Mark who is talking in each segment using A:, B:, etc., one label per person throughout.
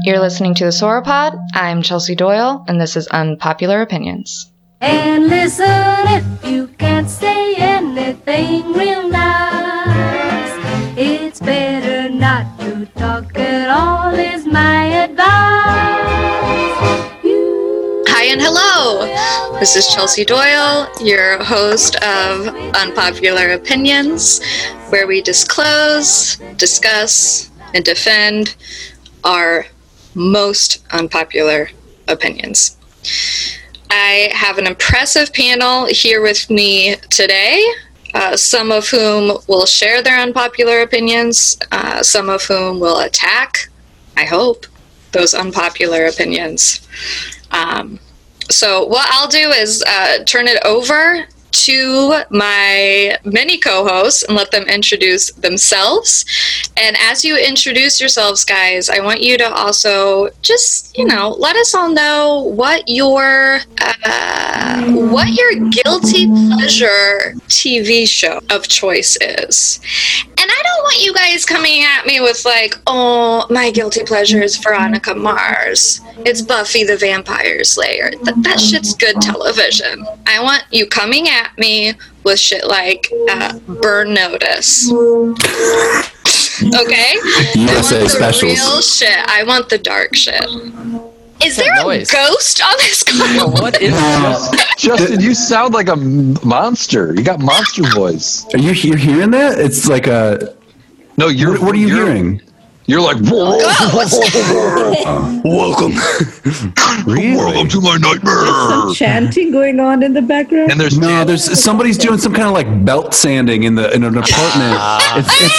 A: You're listening to the Sauropod. I'm Chelsea Doyle, and this is Unpopular Opinions.
B: And listen if you can't say anything real nice. It's better not to talk at all, is my advice. You
C: Hi and hello!
B: will
C: This is Chelsea Doyle, your host of Unpopular Opinions, where we disclose, discuss, and defend our most unpopular opinions. I have an impressive panel here with me today, uh, some of whom will share their unpopular opinions, uh, some of whom will attack, I hope, those unpopular opinions. Um, so what I'll do is uh, turn it over to my many co-hosts and let them introduce themselves. And as you introduce yourselves, guys, I want you to also just you know let us all know what your uh, what your guilty pleasure TV show of choice is. And I don't want you guys coming at me with like, oh, my guilty pleasure is Veronica Mars. It's Buffy the Vampire Slayer. Th- that shit's good television. I want you coming at me with shit like uh, Burn Notice. Okay? I
D: USA
C: want the
D: specials.
C: real shit. I want the dark shit. Is there a
E: noise?
C: ghost on this call?
E: What is this?
F: Justin, you sound like a m- monster. You got monster voice.
D: Are you you're hearing that? It's like a.
F: No, you're.
D: What, what are you
F: you're-
D: hearing?
F: You're
E: Oh,
F: like. Whoa,
D: Welcome.
F: Welcome
D: really?
F: to my
G: some
F: nightmare.
G: chanting going on in the background.
F: And there's
D: No, there's somebody's doing some kind of like belt sanding in the in an apartment.
F: Ah.
D: it's, it's,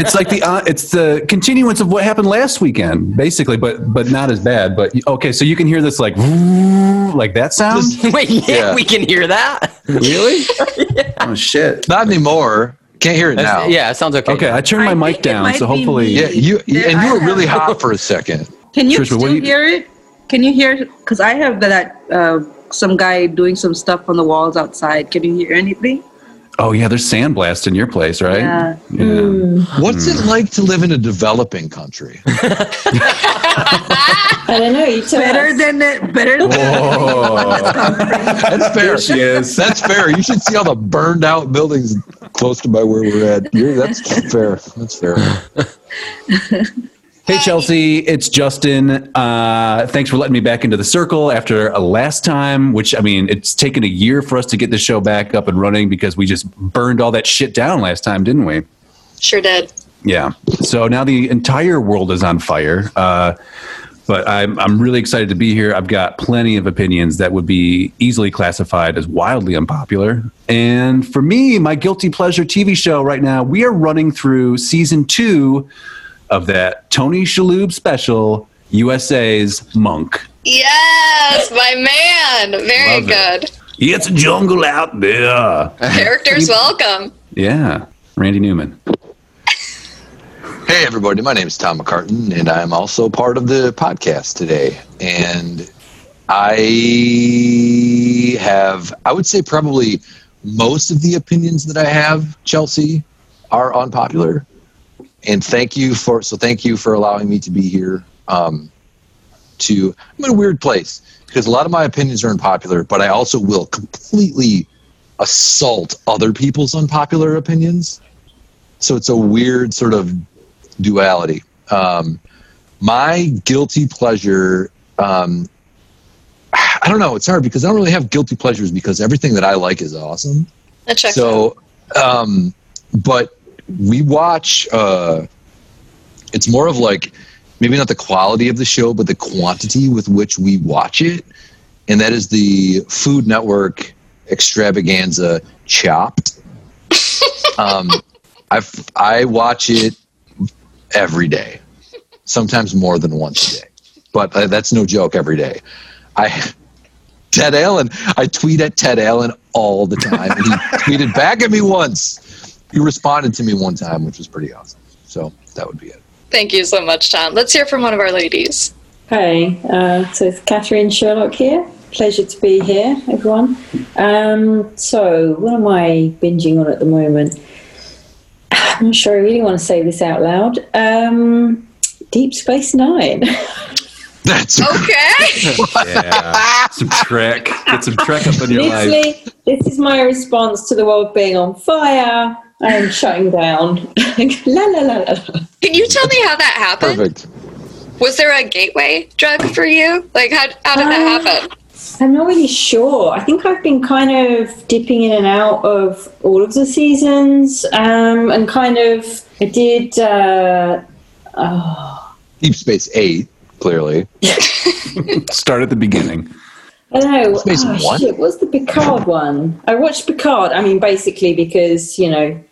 D: it's like the uh, it's the continuance of what happened last weekend, basically, but but not as bad. But okay, so you can hear this like like that sound.
E: Wait, yeah,
F: Yeah.
E: we can hear that.
D: really? Oh shit.
F: not anymore. Can't hear it now.
E: That's- Yeah, it sounds okay.
D: Okay, I turned my
G: I
D: mic
G: think it
D: down,
G: might
D: so
G: be
D: hopefully.
G: me.
F: Yeah. You
G: There
F: and you
G: I
F: were really
G: have-
F: hot for a second.
G: Can you
D: Trish, but what
G: still
D: do you-
G: hear it? Can you hear? Because I have that uh, some guy doing some stuff on the walls outside. Can you hear anything?
D: Oh yeah, there's sandblast in your place, right?
G: Yeah.
D: Yeah.
F: What's
D: Hmm.
F: it like to live in a developing country?
H: I don't know. You tell
G: Better
H: us.
G: than it. Better than.
D: Whoa.
F: That's fair.
D: there she is.
F: That's fair. You should see all the burned out buildings close to by where we're at. You're, that's fair. That's fair.
D: Hey Chelsea, it's Justin. Uh, thanks for letting me back into the circle after uh, last time, which I mean, it's taken a year for us to get the show back up and running because we just burned all that shit down last time, didn't we?
C: Sure did.
D: Yeah. So now the entire world is on fire. Uh, but I'm, I'm really excited to be here. I've got plenty of opinions that would be easily classified as wildly unpopular. And for me, my guilty pleasure TV show right now, we are running through season two of that Tony Shalhoub special, USA's Monk.
C: Yes, my man. Very
D: Love
C: good.
D: it. It's a jungle out there.
C: Characters welcome.
D: Yeah. Randy Newman.
F: Hey, everybody. My name is Tom McCartan, and I'm also part of the podcast today. And I have, I would say, probably most of the opinions that I have, Chelsea, are unpopular. And thank you for, so thank you for allowing me to be here. Um, to, I'm in a weird place because a lot of my opinions are unpopular, but I also will completely assault other people's unpopular opinions. So it's a weird sort of duality. Um, my guilty pleasure, um, I don't know. It's hard because I don't really have guilty pleasures because everything that I like is awesome.
C: That checks out.
F: So, um, but we watch. Uh, it's more of like maybe not the quality of the show, but the quantity with which we watch it, and that is the Food Network extravaganza Chopped. um, I f- I watch it every day, sometimes more than once a day, but uh, that's no joke. Every day, I. Ted Allen. I tweet at Ted Allen all the time. And he tweeted back at me once. He responded to me one time, which was pretty awesome. So that would be it.
C: Thank you so much, Tom. Let's hear from one of our ladies.
H: Hi, uh, so it's Catherine Sherlock here. Pleasure to be here, everyone. Um, so, what am I binging on at the moment? I'm not sure I really want to say this out loud. Um, Deep Space Nine.
F: That's
C: Okay.
D: Yeah. some Trek. Get some Trek up in your life.
H: Literally, this is my response to the world being on fire and shutting down. la la la la. la.
C: Can you tell me how that happened?
F: perfect.
C: Was there a gateway drug for you? Like, how, how did that
H: Uh,
C: happen?
H: I'm not really sure. I think I've been kind of dipping in and out of all of the seasons, um, and kind of I did. Uh, oh,
F: Deep Space Eight, clearly.
D: Start at the beginning.
H: I don't know.
F: Space
H: oh,
F: one?
H: Shit, what's the Picard one? I watched Picard. I mean, basically because you know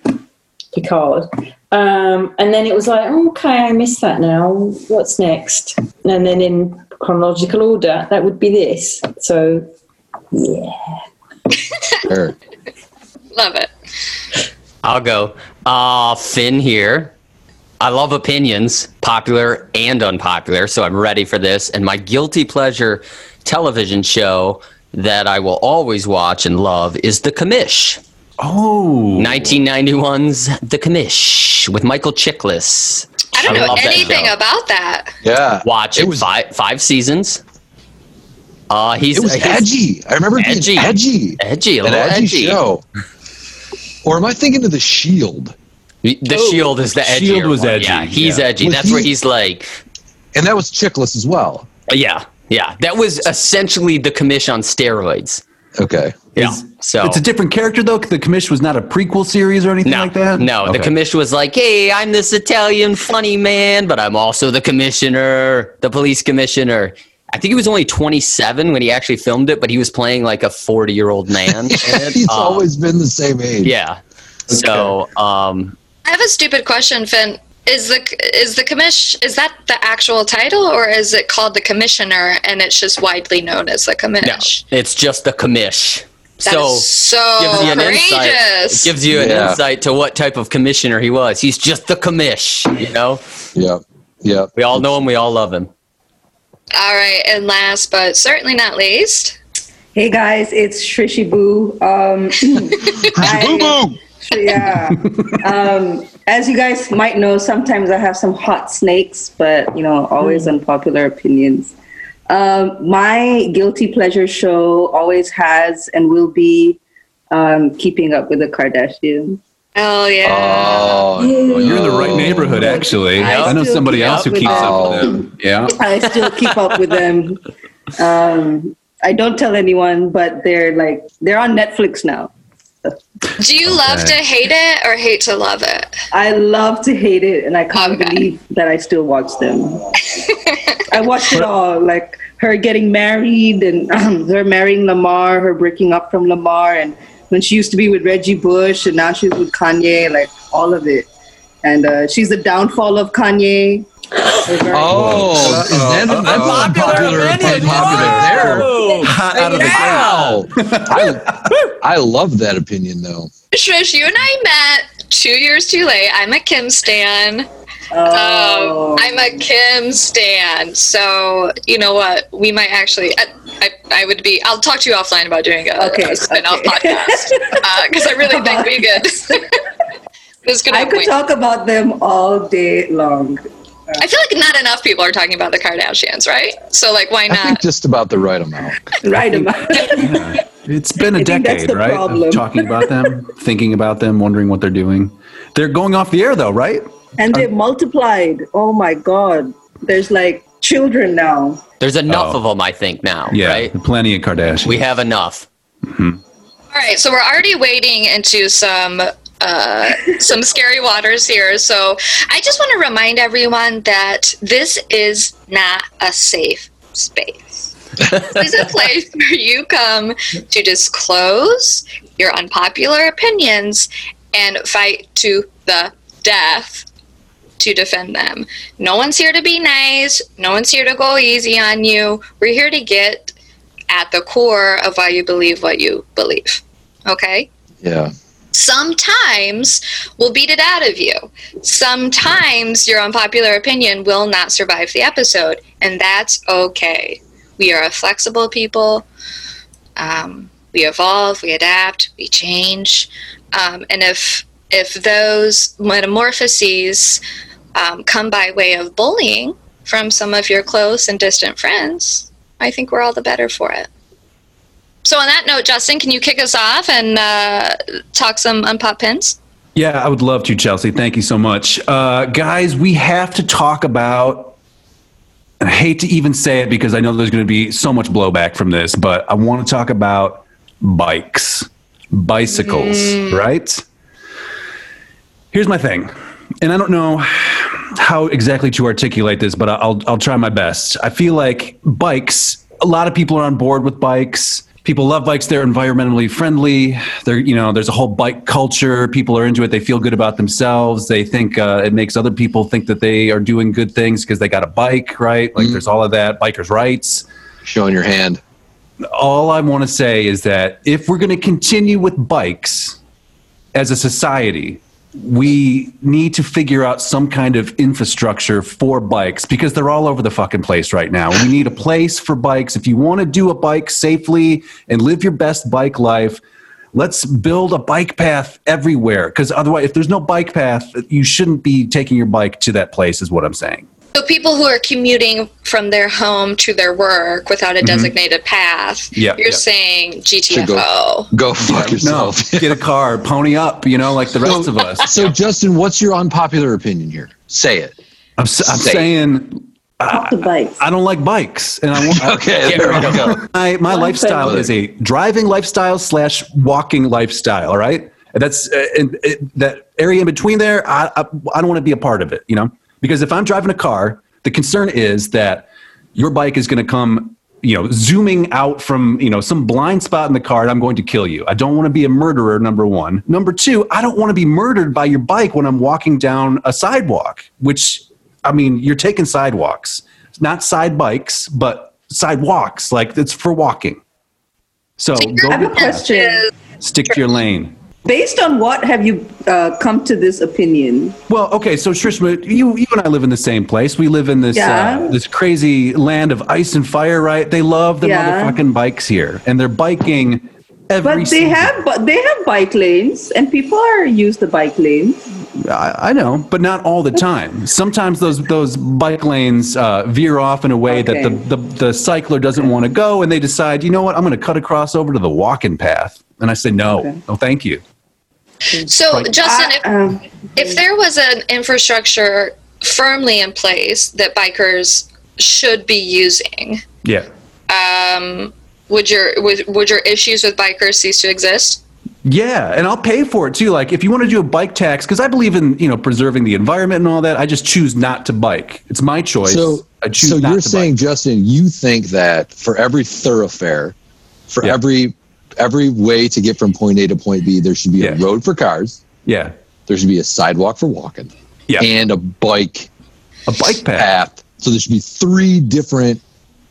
H: Picard. Um, and then it was like, oh, okay, I missed that now. What's next? And then in chronological order, that would be this. So yeah,
F: Sure.
C: Love it.
E: I'll go. Uh, Finn here. I love opinions, popular and unpopular, so I'm ready for this. And my guilty pleasure television show that I will always watch and love is The Commish.
D: Oh,
E: 1991's The Commish with Michael Chiklis.
C: I don't
E: I
C: know
E: love that
C: anything
E: show.
C: about that.
F: Yeah.
E: Watch it,
F: It was-
E: five, five seasons. Uh, he's
F: It was
E: he's
F: edgy. I remember it
E: Edgy.
F: being edgy.
E: edgy, a
F: An
E: little
F: edgy,
E: edgy.
F: show. Or am I thinking of the Shield?
E: The
D: Oh,
E: Shield is the edgy.
D: Shield was edgy,
E: Yeah, he's
D: yeah.
E: edgy.
F: Was
E: That's where
F: he-
E: he's like,
F: And that was Chickless as well.
E: yeah, yeah. That was essentially the commish on steroids.
F: Okay.
E: Yeah. So
D: it's a different character though. The Commission was not a prequel series or anything
E: no,
D: like that.
E: no. The
D: Okay.
E: commission was like, "Hey, I'm this Italian funny man, but I'm also the commissioner, the police commissioner." I think he was only 27 when he actually filmed it, but he was playing like a 40 year old man.
F: He's
E: um,
F: always been the same age.
E: yeah. So, um,
C: I have a stupid question, Finn. Is the is the commish is that the actual title or is it called the commissioner and it's just widely known as the commish?
E: it's just the commish.
C: That
E: so
C: is so
E: gives you an insight.
C: Oh, courageous.
E: It gives you an
F: Yeah.
E: insight to what type of commissioner he was. He's just the commish, you know.
F: Yeah. Yeah.
E: We all know him. We all love him.
C: All right, and last but certainly not least,
G: Hey guys, it's Shrishy Boo. Um, I-
F: Boo boo.
G: yeah. Um, as you guys might know, sometimes I have some hot snakes, but you know, always unpopular opinions. Um, my guilty pleasure show always has and will be um, Keeping Up with the Kardashians.
C: hell yeah!
F: Uh, Oh,
D: You're in the right
F: no.
D: neighborhood, actually.
G: I
D: I, know
G: still
D: somebody
G: keep
D: else
G: up
D: who
G: with
D: keeps up with
F: them.
D: them. Yeah.
G: I still keep up with them. Um, I don't tell anyone, but they're like they're on Netflix now.
C: Do you love to
D: Okay.
C: hate it or hate to love it?
G: I love to hate it, and I can't
C: Okay.
G: believe that I still watch them. I watched it all, like her getting married and her marrying Lamar, her breaking up from Lamar, and when she used to be with Reggie Bush, and now she's with Kanye, like all of it. And uh, she's the downfall of Kanye.
F: Oh, is that an unpopular opinion? Popular
D: Hot out of the
F: there.
D: gate.
F: Wow. I, I love that opinion though.
C: Trish, you and I met two years too late. I'm a Kim stan.
G: Oh.
C: Um, I'm a Kim stan. So you know what? We might actually. I, I, I would be. I'll talk to you offline about doing a,
G: Okay,
C: a spin-off
G: okay.
C: podcast because I really think we could. this could.
G: I could
C: win.
G: talk about them all day long.
C: I feel like not enough people are talking about the Kardashians, right? So like, why
F: I think
C: not?
F: just about the right amount.
G: Right about
D: It's been a
G: I think that's
D: decade,
G: the
D: right? of
G: problem.
D: Talking about them, thinking about them, wondering what they're doing. They're going off the air though, right?
G: And they multiplied. Oh my God. There's like children now.
E: There's enough
D: Oh.
E: of them, I think, now,
D: Yeah.
E: right?
D: Plenty of Kardashian.
E: We have enough.
C: All right, so we're already wading into some uh, some scary waters here. So I just want to remind everyone that this is not a safe space. this is a place where you come to disclose your unpopular opinions and fight to the death to defend them. No one's here to be nice. No one's here to go easy on you. We're here to get at the core of why you believe what you believe. Okay?
F: Yeah.
C: sometimes will beat it out of you. Sometimes your unpopular opinion will not survive the episode, and that's okay. We are a flexible people. Um, we evolve, we adapt, we change, um, and if if those metamorphoses um, come by way of bullying from some of your close and distant friends, I think we're all the better for it. So, on that note, Justin, can you kick us off and uh, talk some unpop pins?
D: Yeah, I would love to, Chelsea. Thank you so much. Uh, guys, we have to talk about. and I hate to even say it because I know there's going to be so much blowback from this, but I want to talk about bikes, bicycles, right? Here's my thing, and I don't know how exactly to articulate this, but I'll, I'll try my best. I feel like bikes, a lot of people are on board with bikes. People love bikes. They're environmentally friendly. They're, you know, there's a whole bike culture. People are into it. They feel good about themselves. They think uh, it makes other people think that they are doing good things because they got a bike, right? Like there's all of that. Bikers' rights
F: Showing your hand.
D: all I want to say is that if we're going to continue with bikes as a society, we need to figure out some kind of infrastructure for bikes because they're all over the fucking place right now. We need a place for bikes. If you want to do a bike safely and live your best bike life, let's build a bike path everywhere because otherwise if there's no bike path you shouldn't be taking your bike to that place is what i'm saying
C: So, people who are commuting from their home to their work without a designated path,
D: Mm-hmm. Yeah,
C: you're
D: yeah.
C: saying
F: Should go-
C: GTFO.
F: Go fuck
D: no
F: yourself.
D: get a car pony up you know like the rest of us
F: so, Justin, what's your unpopular opinion here? Say it.
D: I'm, s am
F: Say it.
D: saying
G: Off the bikes.
D: I don't like bikes, and I want
F: Okay, there we go.
D: my my lifestyle
F: thing.
D: is a driving lifestyle slash walking lifestyle. All right, And that's uh, and it, that area in between there. I I, I don't want to be a part of it, you know, because if I'm driving a car, the concern is that your bike is going to come. You know, zooming out from you know some blind spot in the car, and I'm going to kill you. I don't want to be a murderer. Number one. Number two, I don't want to be murdered by your bike when I'm walking down a sidewalk. Which, I mean, you're taking sidewalks, not side bikes, but sidewalks. Like it's for walking. So go
G: I have a
D: get past.
G: question.
D: stick to your lane.
G: Based on what have you uh, come to this opinion?
D: Well, okay, so Shrishma, you you and I live in the same place. We live in this
G: Yeah.
D: uh, this crazy land of ice and fire, right? They love the
G: Yeah.
D: motherfucking bikes here, and they're biking every.
G: But they
D: season.
G: have but they have bike lanes, and people are use the bike lanes.
D: I, I know, but not all the time. Sometimes those those bike lanes uh, veer off in a way that
G: Okay.
D: the, the the cycler doesn't want to go, and they decide, you know what, I'm going to cut across over to the walking path, and I say no, no, thank you.
C: So,
D: Right.
C: Justin, if,
G: Um,
C: if there was an infrastructure firmly in place that bikers should be using,
D: Yeah,
C: would your would, would your issues with bikers cease to exist?
D: Yeah, and I'll pay for it too. Like if you want to do a bike tax, because I believe in you know preserving the environment and all that. I just choose not to bike. It's my choice.
F: So,
D: I choose
F: so
D: not
F: you're
D: to
F: saying,
D: bike.
F: Justin, you think that for every thoroughfare, for
D: Yeah.
F: every every way to get from point A to point B, there should be a
D: Yeah.
F: road for cars,
D: yeah,
F: there should be a sidewalk for walking,
D: yeah,
F: and a bike
D: a bike path,
F: path. So there should be three different,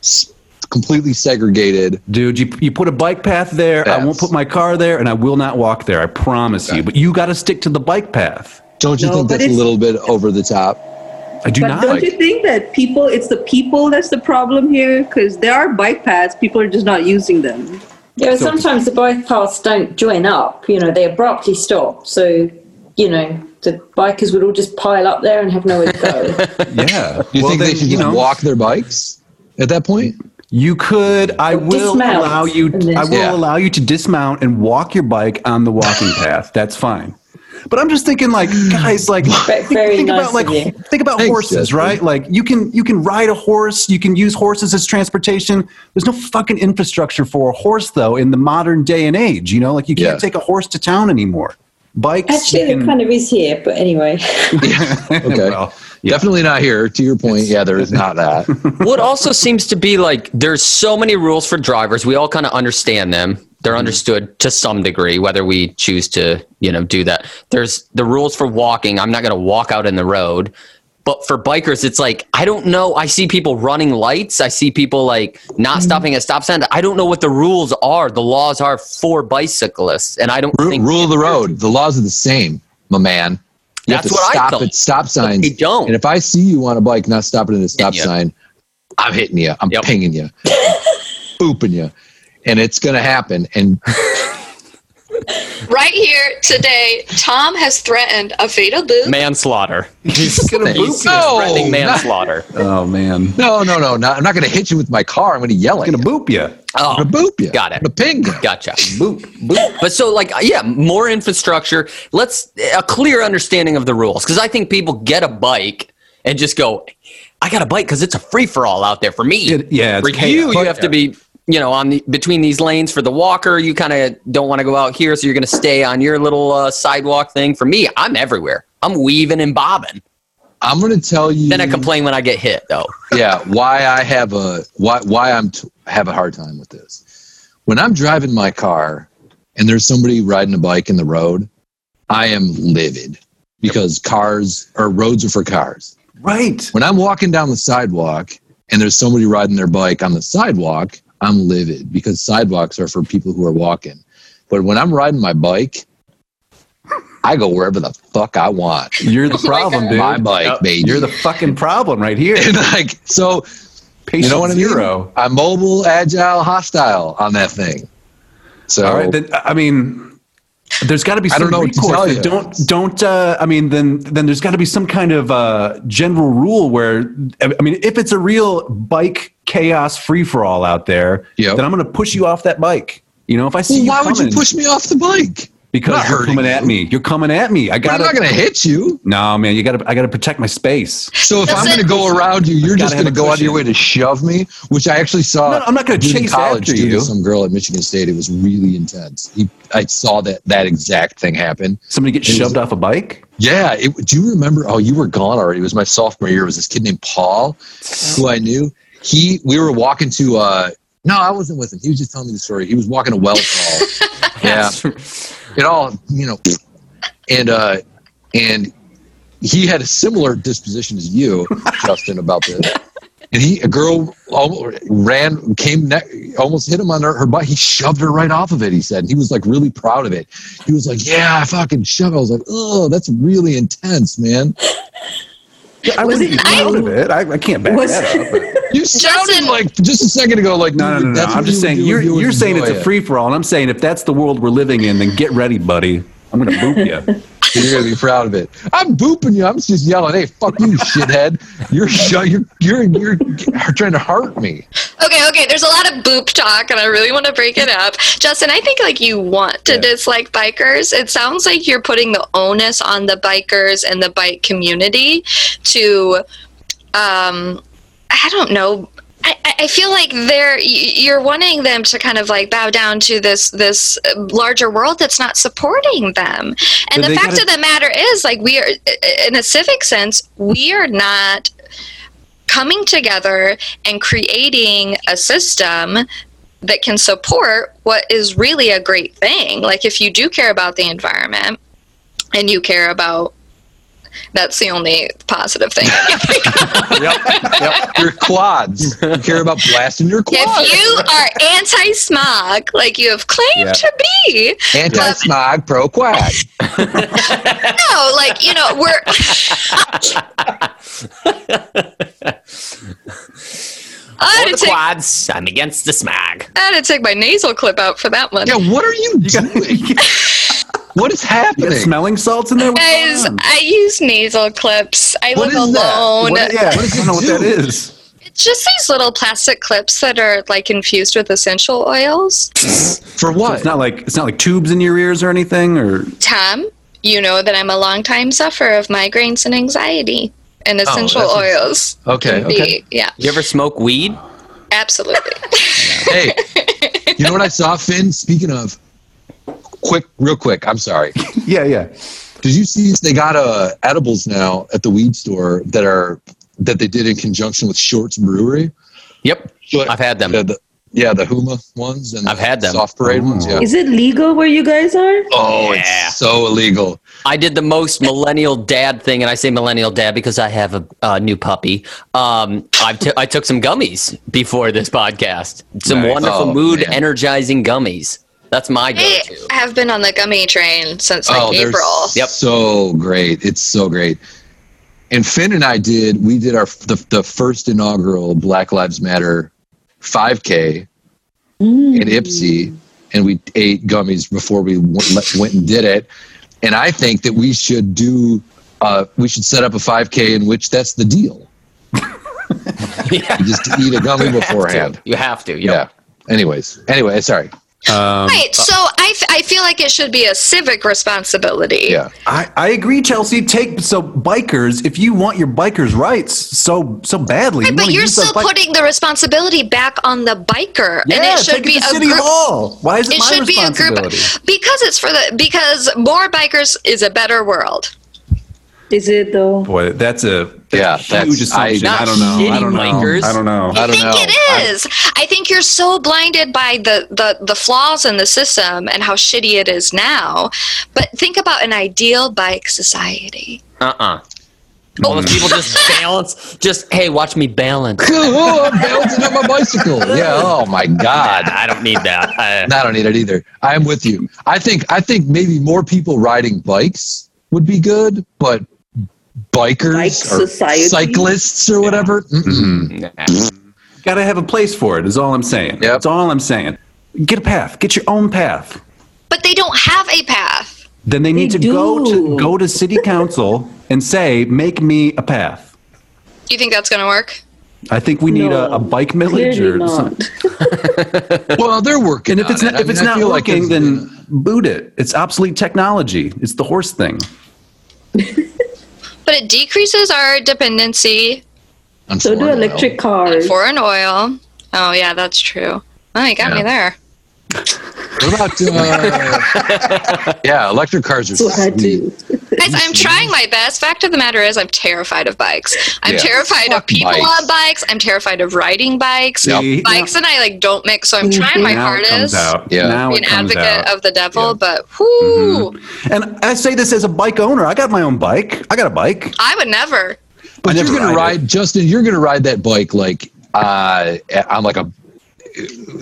F: s- completely segregated.
D: dude. You you put a bike path there. I won't
F: Paths.
D: put my car there, and I will not walk there. I promise you. But you got to stick to the bike path.
F: Don't you
G: No,
F: think
G: but
F: that's a
G: it's-
F: little bit over the top?
D: I do
G: but
D: not.
G: don't
D: like
G: you think that people? It's the people that's the problem here, because there are bike paths. People are just not using them.
F: Oh.
H: Yeah, but sometimes the bike paths don't join up. You know, they abruptly stop. So, you know, the bikers would all just pile up there and have nowhere to go.
D: yeah.
F: Do you
D: Well,
F: think they
D: then,
F: should
D: you
F: just
D: know,
F: walk their bikes at that point?
D: You could. I will
H: Dismount.
D: allow you.
H: And then-
D: I will
F: Yeah.
D: allow you to dismount and walk your bike on the walking path. That's fine. But I'm just thinking, like guys, like
H: Ve-
D: think,
H: Mm. very
D: think
H: nice
D: about like
H: of you.
D: think about
F: Thanks,
D: horses,
F: Justin.
D: right? Like you can you can ride a horse, you can use horses as transportation. There's no fucking infrastructure for a horse though in the modern day and age. You know, like you can't
F: Yeah.
D: take a horse to town anymore. Bikes,
H: Actually,
D: you
H: it kind of is here, but anyway.
F: Okay.
D: Well, yeah.
F: Definitely not here. To your point, yeah, there is not that.
E: what also seems to be like there's so many rules for drivers. We all kind of understand them. They're
F: Mm-hmm.
E: understood to some degree, whether we choose to, you know, do that. There's the rules for walking. I'm not going to walk out in the road. But for bikers, it's like, I don't know. I see people running lights. I see people like
F: Mm-hmm.
E: not stopping at stop signs. I don't know what the rules are, the laws are for bicyclists. And I don't
F: Ru-
E: think
F: rule of the road. The laws are the same, my man. You have
E: That's
F: to
E: what I
F: stop
E: thought.
F: at stop signs.
E: they don't.
F: And if I see you on a bike not stopping at a stop
E: Yeah.
F: sign, I'm hitting you. I'm
E: Yep.
F: pinging you. booping you. And it's going to happen. And
C: right here today, Tom has threatened a fatal boot.
E: manslaughter. He's,
F: gonna boot
E: he's
F: you.
E: threatening
F: No, not-
E: manslaughter.
D: Oh man,
F: No, no, no, not, I'm not going to hit you with my car. I'm going to yell at
D: gonna
F: you.
D: boop you.
E: Oh,
F: I'm going to boop you.
E: Got it.
F: I'm going to ping you.
E: gotcha.
D: Boop, boop.
E: But so, like, uh, yeah, more infrastructure. Let's a clear understanding of the rules because I think people get a bike and just go, "I got a bike because it's a free for all out there for me."
D: It- yeah, it's
E: for you,
D: chaos.
E: you have to be, you know, on the between these lanes for the walker. You kind of don't want to go out here, so you're going to stay on your little uh, sidewalk thing. For me, I'm everywhere. I'm weaving and bobbing.
F: I'm going to tell you.
E: Then I
D: Mm.
E: complain when I get hit, though.
F: yeah why i have a why why i'm t- have a hard time with this when i'm driving my car and there's somebody riding a bike in the road i am livid because cars or roads are for cars
D: Right.
F: when i'm walking down the sidewalk and there's somebody riding their bike on the sidewalk i'm livid because sidewalks are for people who are walking but when i'm riding my bike i go wherever the fuck i want
D: You're the problem,
H: uh,
D: dude.
F: my bike
D: Yep.
F: baby
D: You're the fucking problem right here.
F: and like so
D: Patient
F: you know what I mean?
D: zero.
F: I'm mobile, agile, hostile on that thing. So
D: All right. Then I mean, there's got to be. Some
F: I don't know what to
D: recourse.
F: tell you.
D: Don't don't. Uh, I mean, then then there's got to be some kind of uh, general rule where I mean, if it's a real bike chaos free for all out there,
F: Yep.
D: then I'm going to push you off that bike. You know, if I see
F: Well,
D: you
F: why would you
D: coming-
F: push me off the bike? I'm
D: Because
F: not
D: you're
F: hurting
D: coming at
F: you.
D: me. You're coming at me. I
F: But I'm
D: got
F: not
D: to.
F: going to hit you.
D: No, man, you got to. I got to protect my space.
F: So if I'm
C: Doesn't-
F: going to go around you, you're just
D: Gotta have
F: going to
D: a
F: go out of your way
D: cushion.
F: to shove me, which I actually saw.
D: No, I'm not gonna
F: a dude in
D: chase
F: college
D: after
F: do to
D: you.
F: Some girl at Michigan State. It was really intense. He, I saw that that exact thing happen.
D: Somebody gets
F: It was-
D: shoved off a bike.
F: Yeah. It, do you remember? Oh, you were gone already. It was my sophomore year. It was this kid named Paul, who I knew. He, we were walking to. uh No, I wasn't with him. He was just telling me the story. He was walking to Wells Hall. yeah. It all, you know, and uh and he had a similar disposition as you, Justin, about this. And he, a girl, almo- ran, came, ne- almost hit him on her, her butt. He shoved her right off of it. He said, and he was like really proud of it. He was like, "Yeah, I fucking shoved." I was like, "Oh, that's really intense, man."
D: I
H: Was
D: wouldn't
H: it-
D: get out of it. I, I can't back
H: Was-
D: that up. but-
F: You sounded
C: Justin-
F: like just a second ago, like
D: No, no,
F: dude,
D: no, no.
F: that's
D: I'm
F: what
D: just
F: you
D: saying
F: do
D: you're
F: if you
D: you're saying it's
F: enjoy
D: a
F: it.
D: free for all, and I'm saying if that's the world we're living in, then get ready, buddy. I'm gonna boop you.
F: You're gonna be proud of it. I'm booping you. I'm just yelling, "Hey, fuck you, shithead! You're sho- you're you're you're trying to hurt me."
C: Okay, okay. There's a lot of boop talk, and I really want to break it up. Justin, I think like you want to dislike bikers. It sounds like you're putting the onus on the bikers and the bike community to, um, I don't know. I, I- I feel like they're y- you're wanting them to kind of like bow down to this this uh, larger world that's not supporting them. And
D: But
C: the
D: they
C: fact
D: gotta-
C: of the matter is, like we are in a civic sense, we are not coming together and creating a system that can support what is really a great thing. Like if you do care about the environment and you care about that's the only positive thing.
F: Your quads. You care about blasting your quads.
C: if you are anti smog, like you have claimed
D: Yeah.
C: to be,
F: Anti smog, pro quad.
C: no, like, you know, we're. I
E: For
C: had,
E: the
C: to take, I
E: quads. I'm against the smog.
C: had to take my nasal clip out for that one.
F: Yeah, what are you doing? What is
D: You got
F: happening?
D: smelling salts in there. What's
C: Guys,
D: going on?
C: I use nasal clips. I
F: What
C: live
F: is that?
C: alone.
D: What- yeah,
F: does
D: I
F: it
D: don't know what that
F: do?
D: is.
C: It's just these little plastic clips that are like infused with essential oils.
D: So
F: For what?
D: it's not like it's not like tubes in your ears or anything. Or
C: Tom, you know that I'm a longtime sufferer of migraines and anxiety,
D: Oh,
C: and essential
F: that's ins-
C: oils.
F: okay,
C: can be-
F: okay.
C: Yeah,
E: You ever smoke weed?
C: absolutely.
F: Hey, you know what I saw, Finn? Speaking of, quick, real quick. I'm sorry.
D: yeah, yeah.
F: Did you see they got uh, edibles now at the weed store that are that they did in conjunction with Shorts Brewery?
E: Yep. I've had them.
F: Yeah, the, yeah, the Huma ones and
E: I've
F: the
E: had them.
F: Soft Parade ones. Yeah.
G: Is it legal where you guys are?
F: Oh,
E: Yeah.
F: it's so illegal.
E: I did the most millennial dad thing, and I say millennial dad because I have a, a new puppy. Um, I've t- I took some gummies before this podcast. Some
D: Nice.
E: wonderful
F: Oh,
E: mood
F: man.
E: energizing gummies. That's my
C: I
E: go-to.
C: have been on the gummy train since like
F: oh, they're
C: April.
E: Yep.
F: so great. It's so great. And Finn and I did. We did our the, the first inaugural Black Lives Matter 5K in Ipsy, and we ate gummies before we went, le- went and did it. And I think that we should do, uh, we should set up a 5K in which that's the deal.
E: Yeah.
F: You just eat a gummy
E: You have to.
F: beforehand.
E: You have to.
F: Yeah.
E: Yeah.
F: Anyways, anyway, sorry.
D: Um,
C: Right. So I, f- I feel like it should be a civic responsibility.
F: Yeah.
D: I, I agree, Chelsea. Take so bikers. If you want your bikers' rights so so badly,
C: Right,
D: you
C: but
D: wanna
C: you're
D: use those
C: still
D: bike-
C: putting the responsibility back on the biker, and
D: Yeah,
C: it should
D: take it
C: be
D: to
C: a
D: city
C: group.
D: hall. Why is it,
C: It
D: my
C: should be a group
D: responsibility?
C: because it's for the because more bikers is a better world.
G: Is it though?
D: Boy, that's a that's
F: Yeah,
D: a
F: that's-
D: huge assumption.
F: I-
D: I, don't
E: Not
D: know. I don't know.
E: shitty bikers.
D: I don't know.
F: I
C: I
F: don't
C: think
F: know.
C: it is. I, think you're so blinded by the, the, the flaws in the system and how shitty it is now. But think about an ideal bike society.
E: Uh uh All the people just balance. Just hey, watch me balance.
F: oh, I'm bouncing on my bicycle. Yeah. Oh my God.
E: I don't need that. I,
F: No, I don't need it either. I am with you. I think I think maybe more people riding bikes would be good, but bikers
G: Bike
F: or
G: society?
F: cyclists or whatever. mm-mm.
E: nah.
D: Got to have a place for it. Is all I'm saying.
F: Yep.
D: That's all I'm saying. Get a path. Get your own path.
C: But they don't have a path.
D: Then they need
G: They
D: to go
G: do.
D: to go to city council and say, "Make me a path."
C: You think that's going to work?
D: I think we need
G: No,
D: a, a bike millage
G: Clearly
D: or something.
G: not.
F: Well, they're working.
D: And if
F: on
D: it's
F: it.
D: not,
F: I
D: if
F: mean,
D: it's
F: I
D: not
F: feel like
D: working,
F: it's-
D: then boot it. It's obsolete technology. It's the horse thing.
C: But it decreases our dependency
F: on
G: So do
F: foreign oil.
G: electric cars.
C: foreign oil. Oh yeah, that's true. Oh, you got me
F: Yeah.
C: there.
F: What about? Uh, yeah, electric cars are.
G: That's what I
F: sweet.
G: do.
C: Guys, I'm trying my best. Fact of the matter is, I'm terrified of bikes. I'm
F: Yeah.
C: terrified
F: Fuck
C: of people
F: bikes.
C: on bikes. I'm terrified of riding bikes.
F: Yep.
D: See?
C: Bikes and I like don't mix, so I'm trying my
D: now it comes
C: hardest.
D: out.
F: Yeah.
D: Now
C: Be
D: it
C: an
D: comes
C: advocate
D: out. Mm-hmm.
C: of the devil, but whoo,
D: and I say this as a bike owner. I got my own bike. I got a bike.
C: I would never.
F: But
D: I
F: you're
D: never
F: gonna
D: ride
F: ride, Justin. You're gonna ride that bike like uh, on like a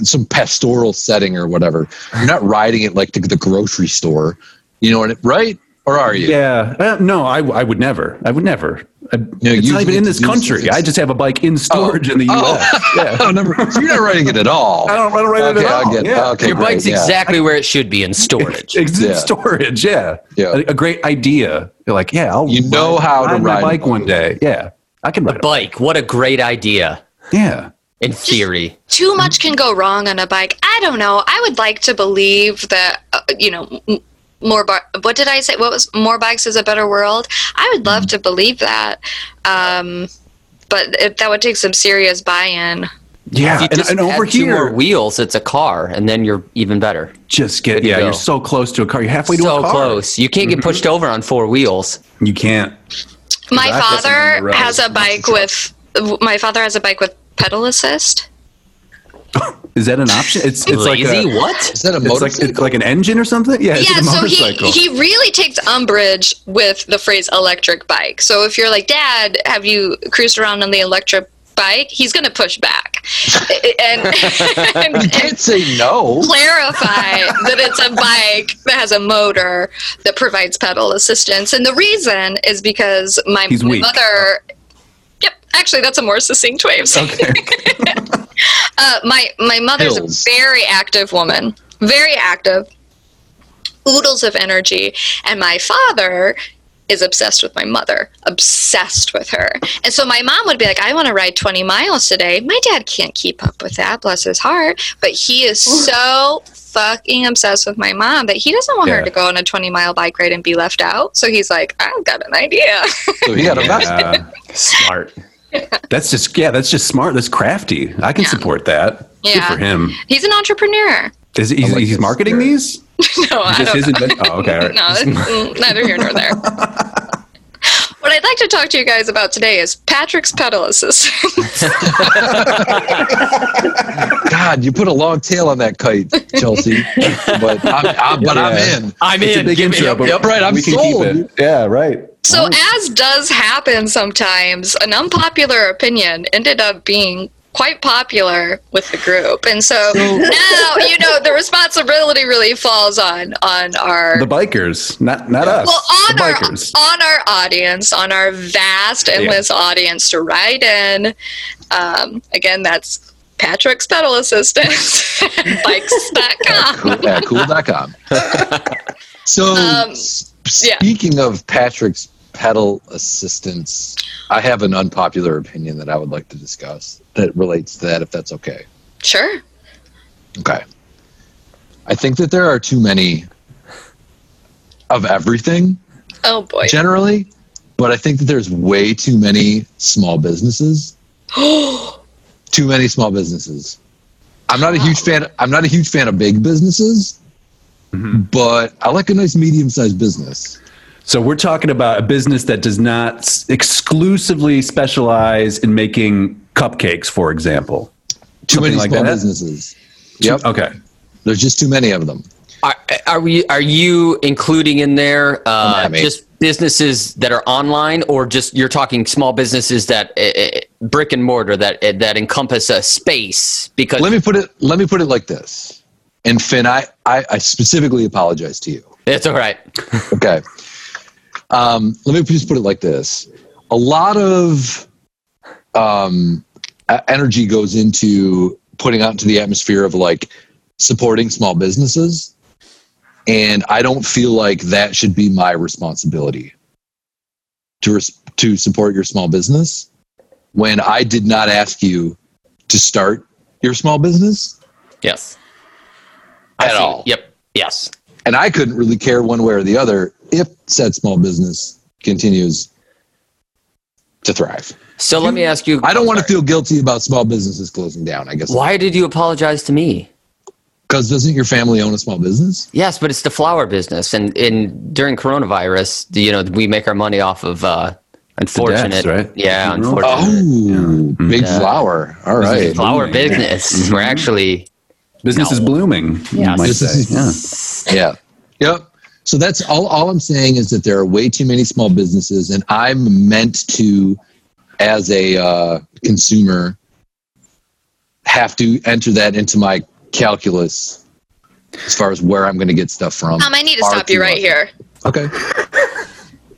F: some pastoral setting or whatever. You're not riding it like to the grocery store, you know, what- right? Or are you?
D: Yeah. Uh, no, I, I would never. I would never. I, it's
F: you
D: not even
F: need
D: in
F: to
D: this
F: do
D: country.
F: something.
D: I just have a bike in storage in the U.S. Yeah.
F: Oh, never. So you're not riding it at all.
D: I don't run around
F: okay,
D: it at
F: I
D: all.
F: get,
D: yeah.
F: okay,
E: Your
F: great,
E: bike's
F: yeah.
E: exactly where it should be in storage.
D: It's in
F: Yeah.
D: storage. Yeah.
F: Yeah.
D: A, a great idea. You're like, yeah, I'll
F: You know how to
D: my
F: ride a
D: bike one day. Yeah. I can ride a bike.
E: Bike. What a great idea.
D: Yeah.
E: In theory.
C: Too much can go wrong on a bike. I don't know. I would like to believe that uh, you know m- more. Bi- what did I say? What was more bikes is a better world? I would love
D: Mm-hmm.
C: to believe that, um, but it, that would take some serious buy-in.
D: Yeah.
E: If you
D: And,
E: just
D: and over
E: add two more
D: here,
E: wheels, it's a car, and then you're even better.
D: just get,
E: you
D: yeah,
E: go.
D: you're so close to a car. You're halfway to
E: so
D: a car. Mm-hmm.
E: close. You can't get pushed over on four wheels.
D: You can't.
C: My
D: Exactly. Something on the
C: father
D: road.
C: has a
D: Lots of
C: bike with. My father has a bike with pedal assist.
D: Is that an option? It's it's like
E: Lazy?
D: a,
E: what?
F: Is that a
D: it's like
F: motorcycle?
D: it's like an engine or something. Yeah, it's
C: yeah,
D: a
C: so he,
D: motorcycle.
C: he really takes umbrage with the phrase electric bike. So if you're like, Dad, have you cruised around on the electric bike? He's going to push back and, and, and
F: Can't say no.
C: clarify that it's a bike that has a motor that provides pedal assistance. And the reason is because my,
D: He's
C: my
D: weak. Oh.
C: mother. Yep, actually, that's a more succinct way of saying
D: Okay.
C: uh, my my mother's
F: Pills.
C: a very active woman, very active, oodles of energy, and my father is obsessed with my mother, obsessed with her. And so my mom would be like, "I want to ride 20 miles today." My dad can't keep up with that, bless his heart, but he is so fucking obsessed with my mom that he doesn't want
D: Yeah.
C: her to go on a 20 mile bike ride and be left out. So he's like, "I've got an idea."
F: So he uh, had a mess.
D: Yeah.
E: Smart.
D: That's just yeah, that's just smart. That's crafty. I can support that.
C: Yeah.
D: Good for him.
C: he's an entrepreneur.
D: Is he,
F: I like
D: he's
F: his
D: marketing
F: spirit.
D: these?
C: No, I
D: Just
C: don't
D: his invent- oh, okay. all right.
C: no, it's mm, neither here nor there. what I'd like to talk to you guys about today is Patrick's pedal assistance.
F: God, you put a long tail on that kite, Chelsea. but I'm, I'm, but
D: Yeah.
F: I'm in.
E: I'm
D: It's a
E: in.
D: big
E: Give me-
D: intro,
E: yep,
D: but
E: yep.
F: Right, I'm
D: we can
F: sold.
D: keep it. Yeah, right.
C: so, as does happen sometimes, an unpopular opinion ended up being quite popular with the group, and so now you know the responsibility really falls on on our.
D: The bikers, not not us.
C: well, on
D: the
C: our
D: bikers.
C: on our audience, on our vast, endless audience to write in. Um, again, that's Patrick's Pedal Assistance at bikes.com.
F: cool, at cool.com. so,
C: Um,
F: s-
C: yeah.
F: speaking of Patrick's pedal assistance, I have an unpopular opinion that I would like to discuss that relates to that, if that's okay.
C: Sure.
F: Okay. I think that there are too many of everything
C: Oh boy.
F: generally, but I think that there's way too many small businesses. too many small businesses. I'm not a huge fan. I'm not a huge fan of big businesses,
D: Mm-hmm.
F: but I like a nice medium-sized business.
D: So we're talking about a business that does not s- exclusively specialize in making cupcakes, for example.
F: Too many
D: Something like
F: small
D: that?
F: businesses. Yep.
D: Okay.
F: There's just too many of them.
E: Are, are we? Are you including in there
F: Come
E: uh,
F: at me.
E: just businesses that are online, or just you're talking small businesses that uh, uh, brick and mortar that uh, that encompass a space? Because
F: Let me put it. Let me put it like this. And Finn, I, I, I specifically apologize to you.
E: it's all right.
F: Okay. Um, let me just put it like this: a lot of um, e- energy goes into putting out into the atmosphere of like supporting small businesses, and I don't feel like that should be my responsibility to res- to support your small business when I did not ask you to start your small business
E: Yes.
F: at
E: See-
F: all
E: Yep. Yes.
F: and I couldn't really care one way or the other if said small business continues to thrive.
E: So let me ask you.
F: I don't want to
E: Sorry.
F: feel guilty about small businesses closing down. I guess
E: Why did you apologize to me?
F: because doesn't your family own a small business?
E: Yes, but it's the flower business, and in during coronavirus, you know, we make our money off of uh, unfortunate,
D: deaths, right?
E: Yeah,
D: Funerals.
E: unfortunate.
F: Oh, big
E: Yeah.
F: flower. All right.
E: flower
D: Blooming.
E: business. We're actually
D: Business is
E: No.
D: blooming. Yeah. You might
F: This is-
D: say. Yeah.
F: Yeah. Yep. So that's all. All I'm saying is that there are way too many small businesses, and I'm meant to, as a uh, consumer, have to enter that into my calculus as far as where I'm going to get stuff from.
C: Um, I need to
F: Far
C: stop you
F: too
C: right
F: much.
C: here.
F: Okay.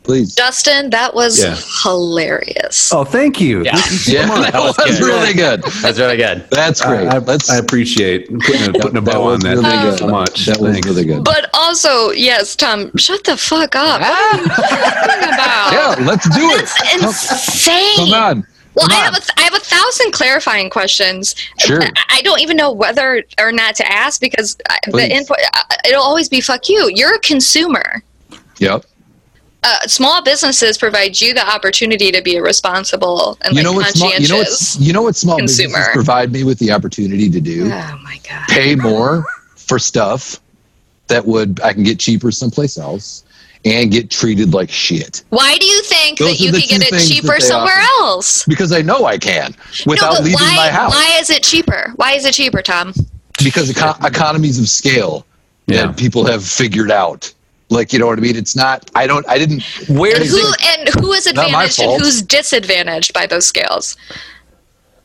F: Please.
C: Dustin, that was
D: Yeah.
C: hilarious.
D: Oh, thank you.
E: yeah.
F: Yeah, that was
E: good.
F: really good.
E: That's really good.
F: That's
D: I,
F: great.
D: I,
F: Let's.
D: I appreciate putting a, putting a bow on
F: was
D: that.
F: really
D: Thank you
F: good.
D: so much.
F: That was
D: Thanks.
F: really good.
C: But also, yes, Tom, shut the fuck up. What are you talking about?
F: Ah. yeah, let's do it.
C: That's insane.
F: Come on.
C: Well,
F: Come
C: I
F: on.
C: have, a th- I have a thousand clarifying questions.
F: Sure.
C: I- I don't even know whether or not to ask because I,
F: Please.
C: the info, I- it'll always be fuck you. You're a consumer.
F: Yep.
C: Uh, small businesses provide you the opportunity to be responsible and
F: you
C: like,
F: know what small you
C: conscientious.
F: know what you know what small
C: consumer.
F: businesses provide me with the opportunity to do
C: oh my god.
F: pay more for stuff that would I can get cheaper someplace else and get treated like shit
C: Why do you think
F: Those
C: that you
F: are the
C: could get
F: two
C: it
F: things that
C: cheaper
F: they
C: somewhere
F: offer.
C: else?
F: because I know I can without leaving
C: why,
F: my house
C: why is it cheaper? Why is it cheaper, Tom?
F: because eco- economies of scale
D: Yeah.
F: that people have figured out like you know what I mean it's not I don't I didn't
E: Where does
C: Who
E: it?
C: and who is
F: my
C: advantaged and
F: fault.
C: who's disadvantaged by those scales?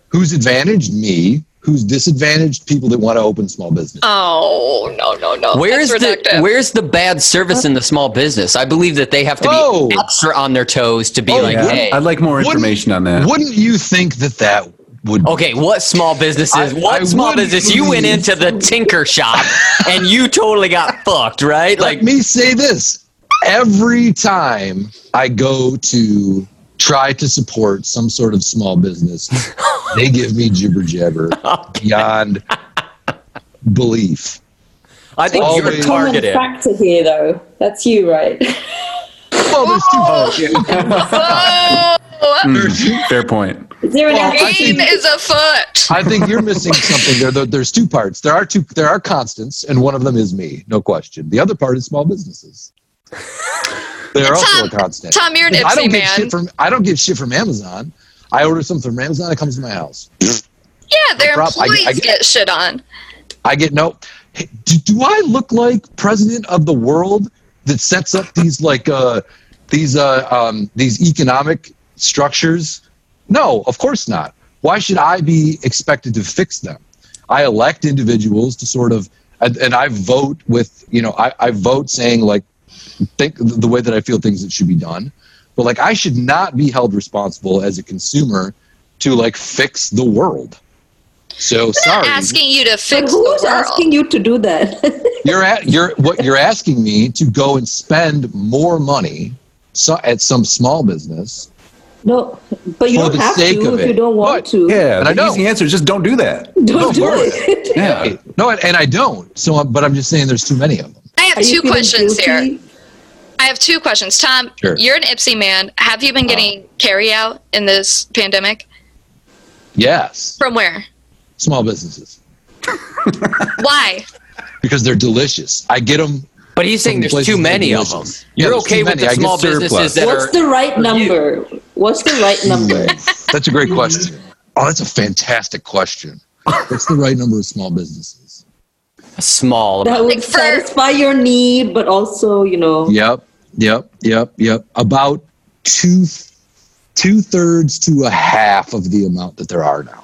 F: who's advantaged me who's disadvantaged people that want to open small business
C: Oh no no no!
E: Where is
C: That's
E: the
C: reductive.
E: where's the bad service in the small business? I believe that they have to
F: Oh.
E: be extra on their toes to be
F: Oh,
E: like,
D: Yeah,
E: hey,
D: I'd like more
F: Wouldn't-
D: information on that.
F: wouldn't you think that that would
E: okay, what small businesses?
F: I-
E: what
F: I
E: small
F: wouldn't
E: business? You went
F: believe-
E: into the tinker shop and you totally got fucked, right? Like,
F: let me say this every time i go to try to support some sort of small business they give me jibber jabber beyond belief
E: I think you're
F: always-
H: Common
E: targeted.
H: factor here, though. That's you, right?
F: well there's two
D: Mm, fair point.
H: Is there an
F: Well, I
H: attitude?
C: Pain is afoot.
F: i think you're missing something there, there there's two parts there are two there are constants and one of them is me no question the other part is small businesses they're also a constant
C: Tom, you're an
F: I don't
C: Ipsy
F: get shit
C: man.
F: from I don't get shit from Amazon. I order something from Amazon, it comes to my house.
C: yeah, their
F: problem. I- I
C: employees
F: get-
C: get shit on.
F: I get no. Hey, Do, do I look like president of the world that sets up these like uh, these uh, um, these economic structures? No, of course not. Why should I be expected to fix them? I elect individuals to sort of, and, and I vote with you know I, I vote saying like think the way that I feel things that should be done, but like I should not be held responsible as a consumer to like fix the world. So sorry.
C: asking you to fix the
B: Who's
C: world.
B: asking you to do that?
F: You're at you're what you're asking me to go and spend more money so, at some small business.
B: no, but you
F: For
B: don't
F: the
B: have
F: sake
B: to
F: of
B: if you
F: it.
B: don't want
F: But-
B: to.
D: Yeah,
F: And I
D: the
F: don't.
D: easy answer is just don't do that.
F: No,
B: Don't do
F: more.
B: it.
D: Yeah.
F: No, and- and I don't. So, I'm- but I'm just saying, there's too many of them.
C: I have
B: Are you
C: two
B: feeling
C: questions here.
B: guilty?
C: I have two questions. Tom,
F: Sure.
C: you're an Ipsy man. Have you been getting carry out in this pandemic?
F: Yes,
C: From where?
F: small businesses
C: Why?
F: because they're delicious. I get them.
E: But he's saying there's too many of them.
F: Yeah,
E: You're
F: there's
E: okay
F: too
E: with
F: many.
E: the
F: I get
E: small
F: surplus.
E: businesses that
H: What's
E: are. Hmm.
H: the right number? What's the right number?
F: That's a great question. Oh, that's a fantastic question. What's the right number of small businesses?
E: small.
B: That would
C: Like for-
B: satisfy your need, but also, you know,
F: Yep, yep, yep, yep. About two two thirds to a half of the amount that there are now.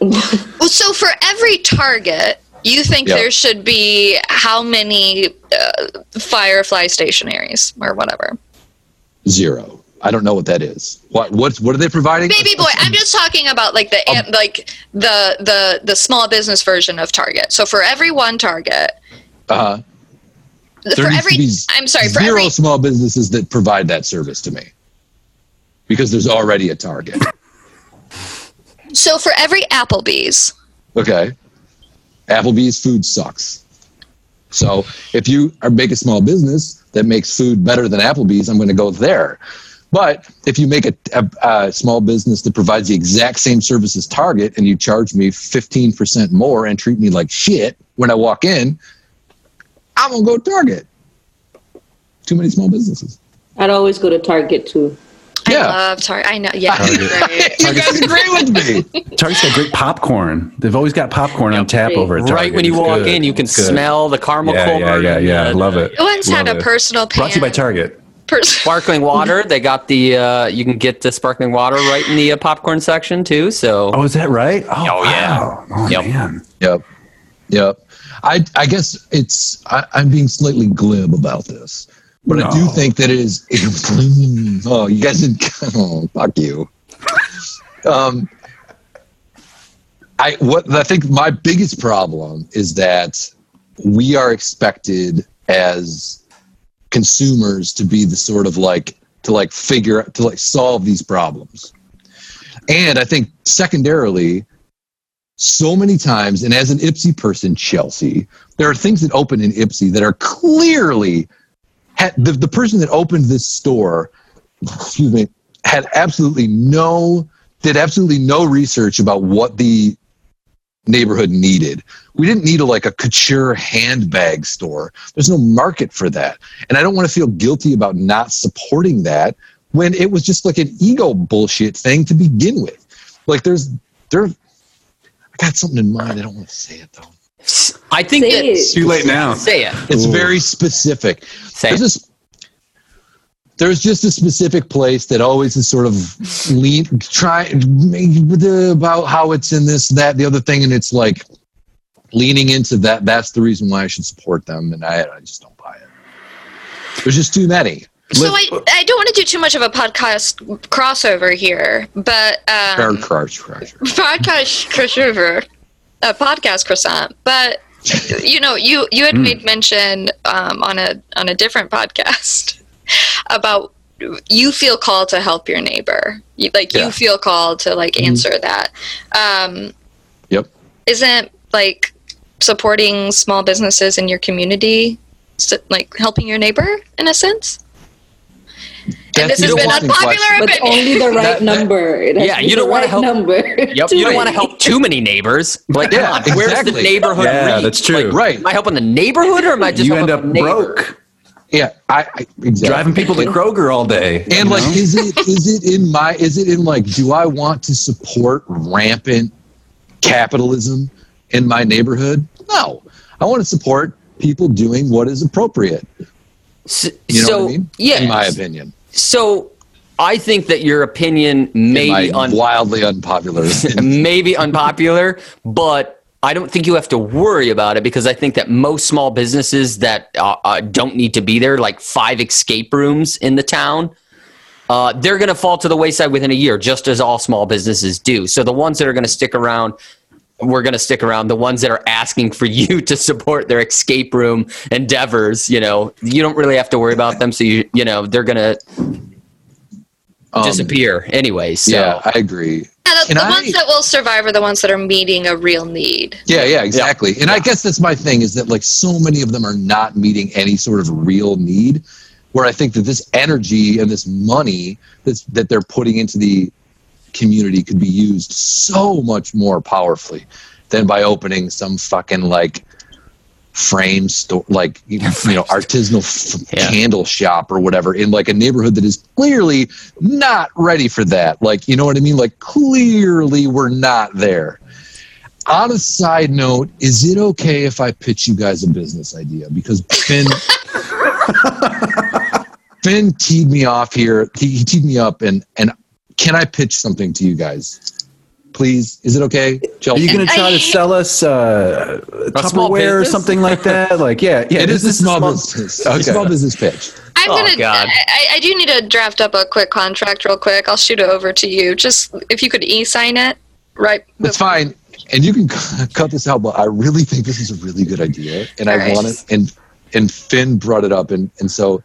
C: Well, so for every target, you think
F: Yeah.
C: there should be how many uh, Firefly stationaries or whatever?
F: Zero. I don't know what that is. What what what are they providing?
C: Baby boy, I'm just talking about like the am- like the the the small business version of Target. So for every one Target,
F: Uh,
C: for
F: needs to
C: every
F: be
C: I'm sorry, for
F: zero
C: every
F: small businesses that provide that service to me because there's already a target.
C: so for every Applebee's,
F: Okay. Applebee's food sucks. So if you are make a small business that makes food better than Applebee's, I'm going to go there. But if you make a, a, a small business that provides the exact same service as Target and you charge me 15% more and treat me like shit when I walk in, I'm going to go Target. Too many small businesses.
H: I'd always go to Target too.
C: I
F: Yeah.
C: love Target. I know, yeah, right.
F: you guys agree with me.
D: Target's got great popcorn. They've always got popcorn on tap over at Target.
E: Right when you
D: It's
E: walk
D: good.
E: in, you can
D: It's good.
E: smell the caramel
D: Yeah,
E: corn.
D: yeah, yeah, yeah.
E: and the
D: Love it.
C: I once had
D: Love
C: a
D: it.
C: personal pan.
D: Brought to you by Target.
C: pers-
E: Sparkling water. They got the. Uh, you can get the sparkling water right in the uh, popcorn section too. So
D: Oh, is that right? Oh,
E: Oh, yeah.
D: wow. Oh,
E: Yep.
D: man.
F: Yep. Yep. I I guess it's I, I'm being slightly glib about this, but I do
D: No.
F: think that it is. oh, you guys did. Oh, fuck you. Um, I what I think my biggest problem is that we are expected as consumers to be the sort of like to like figure to like solve these problems, and I think secondarily so many times, and as an Ipsy person, Chelsea, there are things that open in Ipsy that are clearly had the, the person that opened this store, excuse me, had absolutely no did absolutely no research about what the neighborhood needed. We didn't need a, like a couture handbag store. There's no market for that. And I don't want to feel guilty about not supporting that when it was just like an ego bullshit thing to begin with. Like there's there I got something in mind. I don't want to say it though.
E: I think
B: Say
E: that,
B: it.
D: Too late now.
E: say it.
F: It's very specific.
E: Say
F: There's
E: it.
F: this. There's just a specific place that always is sort of lean, try about how it's in this, that, the other thing, and it's like leaning into that. That's the reason why I should support them, and I, I just don't buy it. There's just too many.
C: so I, I don't want to do too much of a podcast crossover here, but
F: Crowd
C: um,
F: crush, crush.
C: podcast crossover, a podcast croissant. But you know, you you
F: Hmm.
C: had made mention um, on a on a different podcast about you feel called to help your neighbor, you, like
F: Yeah. Hmm.
C: you feel called to like answer that. Um,
F: Yep.
C: isn't like supporting small businesses in your community s like helping your neighbor in a sense and
F: That's
C: this has
F: an
C: been
F: interesting
C: unpopular
H: But
C: opinion
H: only the right
F: That- that-
H: number. It has
E: Yeah,
H: to be
E: you don't
H: the
E: wanna
H: right
E: help-
H: number.
E: Yep.
H: Too
E: You don't want to
H: many.
E: help too many neighbors. Like,
F: Yeah,
E: come on, where's the
F: exactly.
E: neighborhood?
D: Yeah,
E: reach?
D: that's true.
E: Like,
F: Right.
E: Am I helping the neighborhood or am I just
D: you end
E: helping
D: up
E: the neighbor?
D: broke
F: Yeah, I, I exactly.
D: driving people to Kroger all day. you
F: And like,
D: know?
F: is it is it in my is it in like, do I want to support rampant capitalism in my neighborhood? No, I want to support people doing what is appropriate.
E: So,
F: You know
E: so
F: what I mean?
E: yeah.
F: in my opinion,
E: So I think that your opinion
F: In
E: may
F: my
E: be un-
F: wildly unpopular. opinion.
E: maybe unpopular, but I don't think you have to worry about it because I think that most small businesses that uh, uh, don't need to be there, like five escape rooms in the town, uh, they're going to fall to the wayside within a year, just as all small businesses do. So the ones that are going to stick around we're going to stick around the ones that are asking for you to support their escape room endeavors you know you don't really have to worry about them so you you know they're going to
F: Um,
E: disappear anyway so
F: Yeah, I agree.
C: Yeah, the,
F: Can
C: the
F: I-
C: ones that will survive are the ones that are meeting a real need.
F: Yeah, yeah, exactly. And I guess that's my thing is that like so many of them are not meeting any sort of real need. Where I think that this energy and this money that's, that they're putting into the community could be used so much more powerfully than by opening some fucking like frame store, like you you know, artisanal f-
E: Yeah.
F: candle shop or whatever in like a neighborhood that is clearly not ready for that. Like, you know what I mean? Like, clearly we're not there. On a side note, is it okay if I pitch you guys a business idea? Because Finn, Finn teed me off here. He, he teed me up, and and can I pitch something to you guys? Please, is it okay,
D: Are
F: Chelsea?
D: you going to try to sell us uh, Tupperware
E: small
D: or
E: business?
D: something like that? Like, yeah, yeah.
F: it
D: this
F: is a
D: this
F: small business.
D: Okay.
F: Small business pitch.
C: I'm
E: Oh,
C: gonna.
E: God.
C: I, I- I do need to draft up a quick contract real quick. I'll shoot it over to you. Just if you could e-sign it, right?
F: That's fine. And you can cut this out, but I really think this is a really good idea, and I
C: All right.
F: want it. And and Finn brought it up, and and so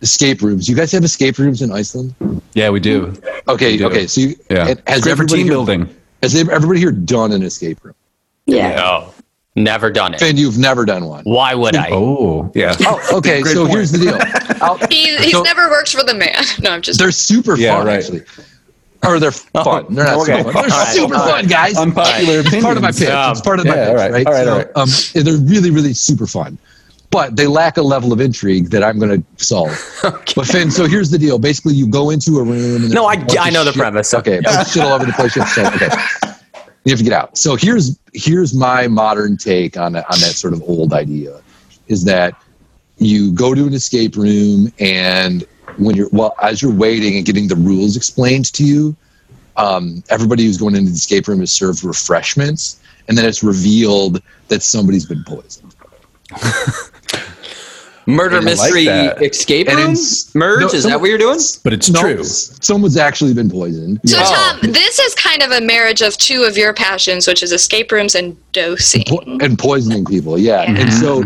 F: escape rooms. You guys have escape rooms in Iceland?
D: Yeah, we do. We
F: Okay,
D: do.
F: okay. So you,
D: Yeah.
F: and has
D: Great for
F: everybody
D: team
F: here-
D: building.
F: has everybody here done an escape room?
H: Yeah.
E: no Oh, never done it
F: Finn, you've never done one.
E: why would i
D: Oh, yeah.
F: Oh, okay.
D: Great
F: so
D: point.
F: here's the deal. I'll-
C: He, he's
F: So-
C: never worked for the man. No, I'm just.
F: they're super
D: Yeah,
F: fun,
D: right.
F: actually. Or they're fun. They're not
D: okay.
F: super fun. They're
E: All right.
F: super
E: All
F: fun, guys.
D: Unpopular
F: It's
D: opinion.
F: part of my pitch.
E: Yeah.
F: It's part of my
D: Yeah,
F: pitch,
D: all right,
F: right?
D: all right, all right.
F: Um, and they're really, really super fun, but they lack a level of intrigue that I'm going to solve. But Finn, so here's the deal. Basically, you go into a room. And
E: No,
F: there's a
E: I-
F: bunch
E: I
F: of
E: know the
F: shit-
E: premise.
F: Okay, a bunch of shit all over the place. You have to solve- Okay, you have to get out. So here's here's my modern take on that- on that sort of old idea, is that you go to an escape room and when you're well as you're waiting and getting the rules explained to you um, everybody who's going into the escape room is served refreshments and then it's revealed that somebody's been poisoned
E: murder
D: I didn't like
E: mystery
D: that.
E: escape
F: And
E: room
F: it's-
E: merge
F: no,
E: is
F: no-
E: that what you're doing
D: But it's
F: No,
D: true.
F: someone's actually been poisoned
C: So
E: Yeah.
C: Tom, this is kind of a marriage of two of your passions, which is escape rooms and dosing.
F: po- and poisoning people yeah and so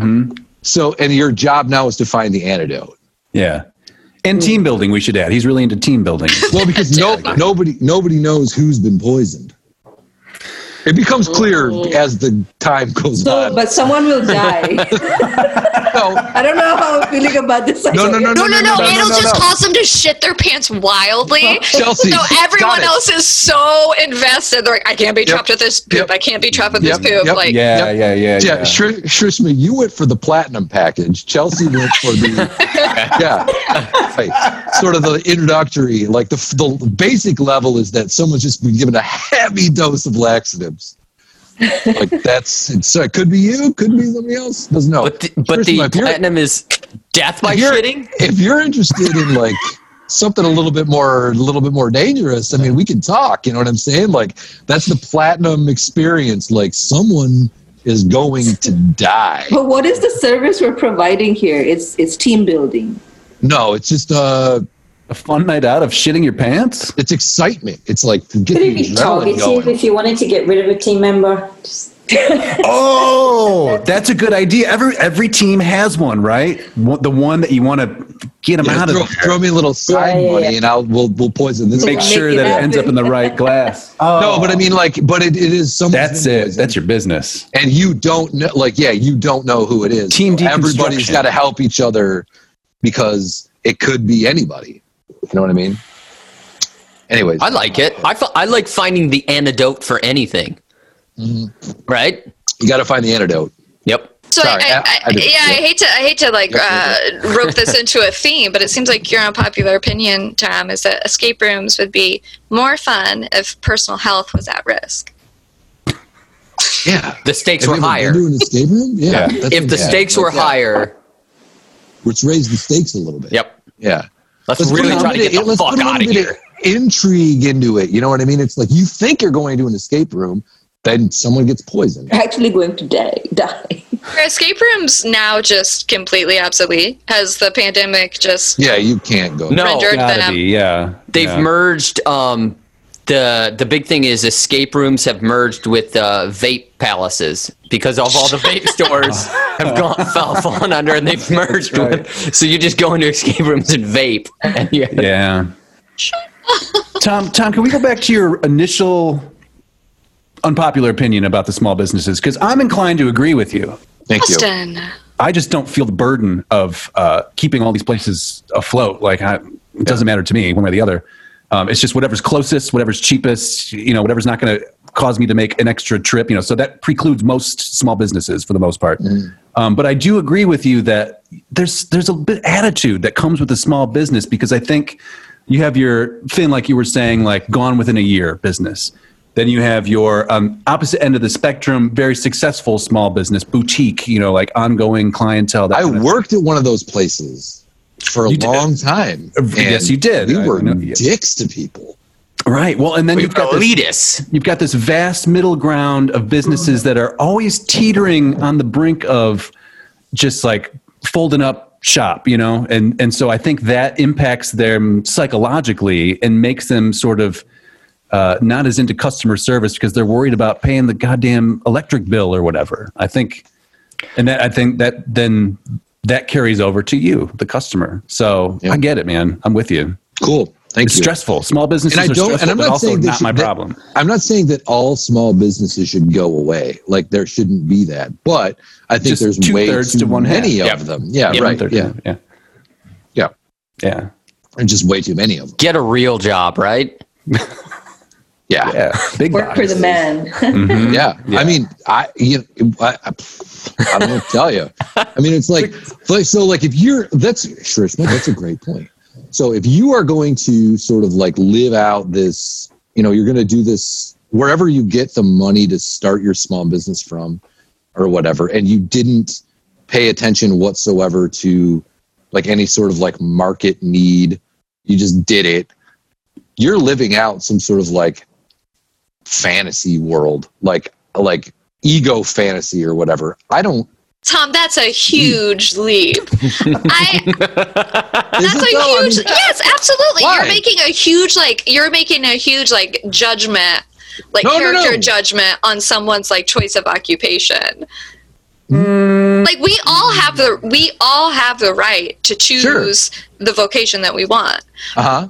F: so and your job now is to find the antidote
D: Yeah. And team building, we should add. He's really into team building.
F: well because no, nobody nobody knows who's been poisoned it becomes clear as the time goes
G: So,
F: on
G: but someone will die.
F: No,
G: I don't know how I'm feeling about this.
F: no, no, no,
C: No, no, no,
F: no,
C: it'll
F: no,
C: just
F: no.
C: cause them to shit their pants wildly.
F: Chelsea,
C: So
F: got
C: everyone
F: it.
C: else is so invested. They're like, I can't be trapped with this poop.
F: Yep.
C: I can't be trapped with
F: Yep.
C: this poop.
F: Yep.
C: Like,
D: yeah,
F: Yep.
D: yeah, yeah,
F: Yeah, Shri- Shrishma, you went for the platinum package. Chelsea went for the yeah, Like, sort of the introductory, like the the basic level is that someone's just been given a heavy dose of laxatives. Like that's it's, it could be you, could be somebody else. Doesn't know.
E: but the, but the
F: Shrishma, if you're-
E: platinum is death by
F: If you're-
E: shitting
F: if you're interested in like something a little bit more a little bit more dangerous i mean we can talk you know what i'm saying like that's the platinum experience like someone is going to die
G: But what is the service we're providing here? It's it's team building.
F: no it's just uh
D: A fun night out of shitting your pants?
F: it's excitement it's like to get
H: Could it
F: the
H: be
F: adrenaline
H: targeted
F: going
H: if you wanted to get rid of a team member? Just
D: Oh, that's a good idea. Every every team has one, right? One- The one that you want to get them
F: yeah,
D: out of
F: throw,
D: there.
F: throw me a little side
H: Yeah, yeah,
F: money
H: yeah.
F: and i'll we'll, we'll poison this
D: Make
F: one.
D: sure
G: Make it
D: that it ends up
G: happen.
D: in the right glass. Oh,
F: no but i mean like but it, it is someone
D: that's it. That's your business.
F: and you don't know like yeah you don't know who it is
D: Team
F: So everybody's
D: deconstruction.
F: got to help each other because it could be anybody you know what i mean anyways
E: I like it. I, fi- I like finding the antidote for anything.
F: Mm-hmm.
E: Right?
F: you got to find the antidote
E: Yep.
C: So
F: Sorry,
C: I, I,
F: I-
C: I,
F: I didn't-
C: yeah, I
F: yeah.
C: hate to I hate to like
F: Yeah,
C: uh, rope this into a theme, but it seems like your unpopular opinion, Tom, is that escape rooms would be more fun if personal health was at risk.
F: yeah
E: The stakes
F: Have you ever
E: were
F: been
E: higher.
F: to an escape room? yeah,
D: Yeah.
F: that's
E: If the
F: yeah,
E: stakes were
F: like, yeah.
E: higher,
F: let's raise the stakes a little bit
E: yep.
F: yeah
E: Let's,
F: let's
E: really
F: put a
E: try to
F: little
E: get
F: bit of-
E: the
F: let's
E: fuck
F: put a
E: out of
F: little bit
E: here.
F: of intrigue into it you know what i mean it's like you think you're going to an escape room then someone gets poisoned
H: actually going to die. die.
C: Are escape rooms now just completely obsolete? Has the pandemic just
F: yeah you can't go
E: No,
C: rendered
D: Gotta
C: them?
D: be, yeah.
E: they've
D: yeah.
E: merged um, the the big thing is escape rooms have merged with uh, vape palaces because of all the vape stores have gone fell fallen under and they've merged
D: right.
E: with. So you just go into escape rooms and vape. And you,
D: Yeah. Tom, Tom, can we go back to your initial unpopular opinion about the small businesses? Because I'm inclined to agree with you.
F: Thank you.
C: Austin.
D: I just don't feel the burden of uh, keeping all these places afloat. Like, I, it doesn't matter to me one way or the other. Um, it's just whatever's closest, whatever's cheapest, you know, whatever's not going to cause me to make an extra trip, you know. So that precludes most small businesses for the most part. Um, but I do agree with you that there's there's a bit attitude that comes with a small business because I think you have your Finn, like you were saying, like gone within a year business. Then you have your um, opposite end of the spectrum, very successful small business boutique, you know, like ongoing clientele. That
F: I
D: kind of-
F: worked at one of those places for a
D: You did.
F: long time.
D: Uh, yes,
F: and
D: you did.
F: We
D: I- I
F: were
D: know you-
F: dicks to people.
D: right. Well, and then
E: we
D: you've got this,
E: elitist.
D: you've got this vast middle ground of businesses that are always teetering on the brink of just like folding up shop you know and and so i think that impacts them psychologically and makes them sort of uh, not as into customer service because they're worried about paying the goddamn electric bill or whatever i think and that i think that then that carries over to you the customer so
F: Yeah.
D: i get it man i'm with you
F: Cool. Thank
D: it's
F: you.
D: stressful small businesses
F: and I
D: are
F: don't.
D: stressful
F: And I'm
D: but
F: not
D: also
F: saying they
D: not
F: should-
D: my
F: that-
D: problem
F: I'm not saying that all small businesses should go away. Like there shouldn't be that, but I think
D: Just
F: there's way
D: two-thirds
F: too
D: to one half.
F: many of
E: Yep.
F: them. Yeah,
E: Yep.
F: right.
D: One-third,
F: Yeah,
D: yeah,
F: yeah,
D: yeah,
F: and just way too many of them.
E: Get a real job, right?
F: Yeah, yeah.
D: yeah. Big
H: Work for the
D: box.
H: man.
E: Mm-hmm.
D: Mhm.
F: I mean, I you, know, I, I, I don't know what to tell you. I mean, it's like, like so. Like if you're that's sure, it's- that's a great point. So if you are going to sort of like live out this, you know, you're going to do this wherever you get the money to start your small business from, or whatever, and you didn't pay attention whatsoever to like any sort of like market need, you just did it. You're living out some sort of like fantasy world, like like ego fantasy or whatever. I don't.
C: Tom, that's a huge leap. I
F: Is
C: that's
F: it
C: a huge
F: though? I mean,
C: yes, absolutely.
F: Why?
C: You're making a huge like you're making a huge like judgment, like
F: No, no,
C: character
F: no.
C: judgment on someone's like choice of occupation.
F: Mm.
C: Like we all have the we all have the right to choose the vocation that we want.
F: Uh-huh.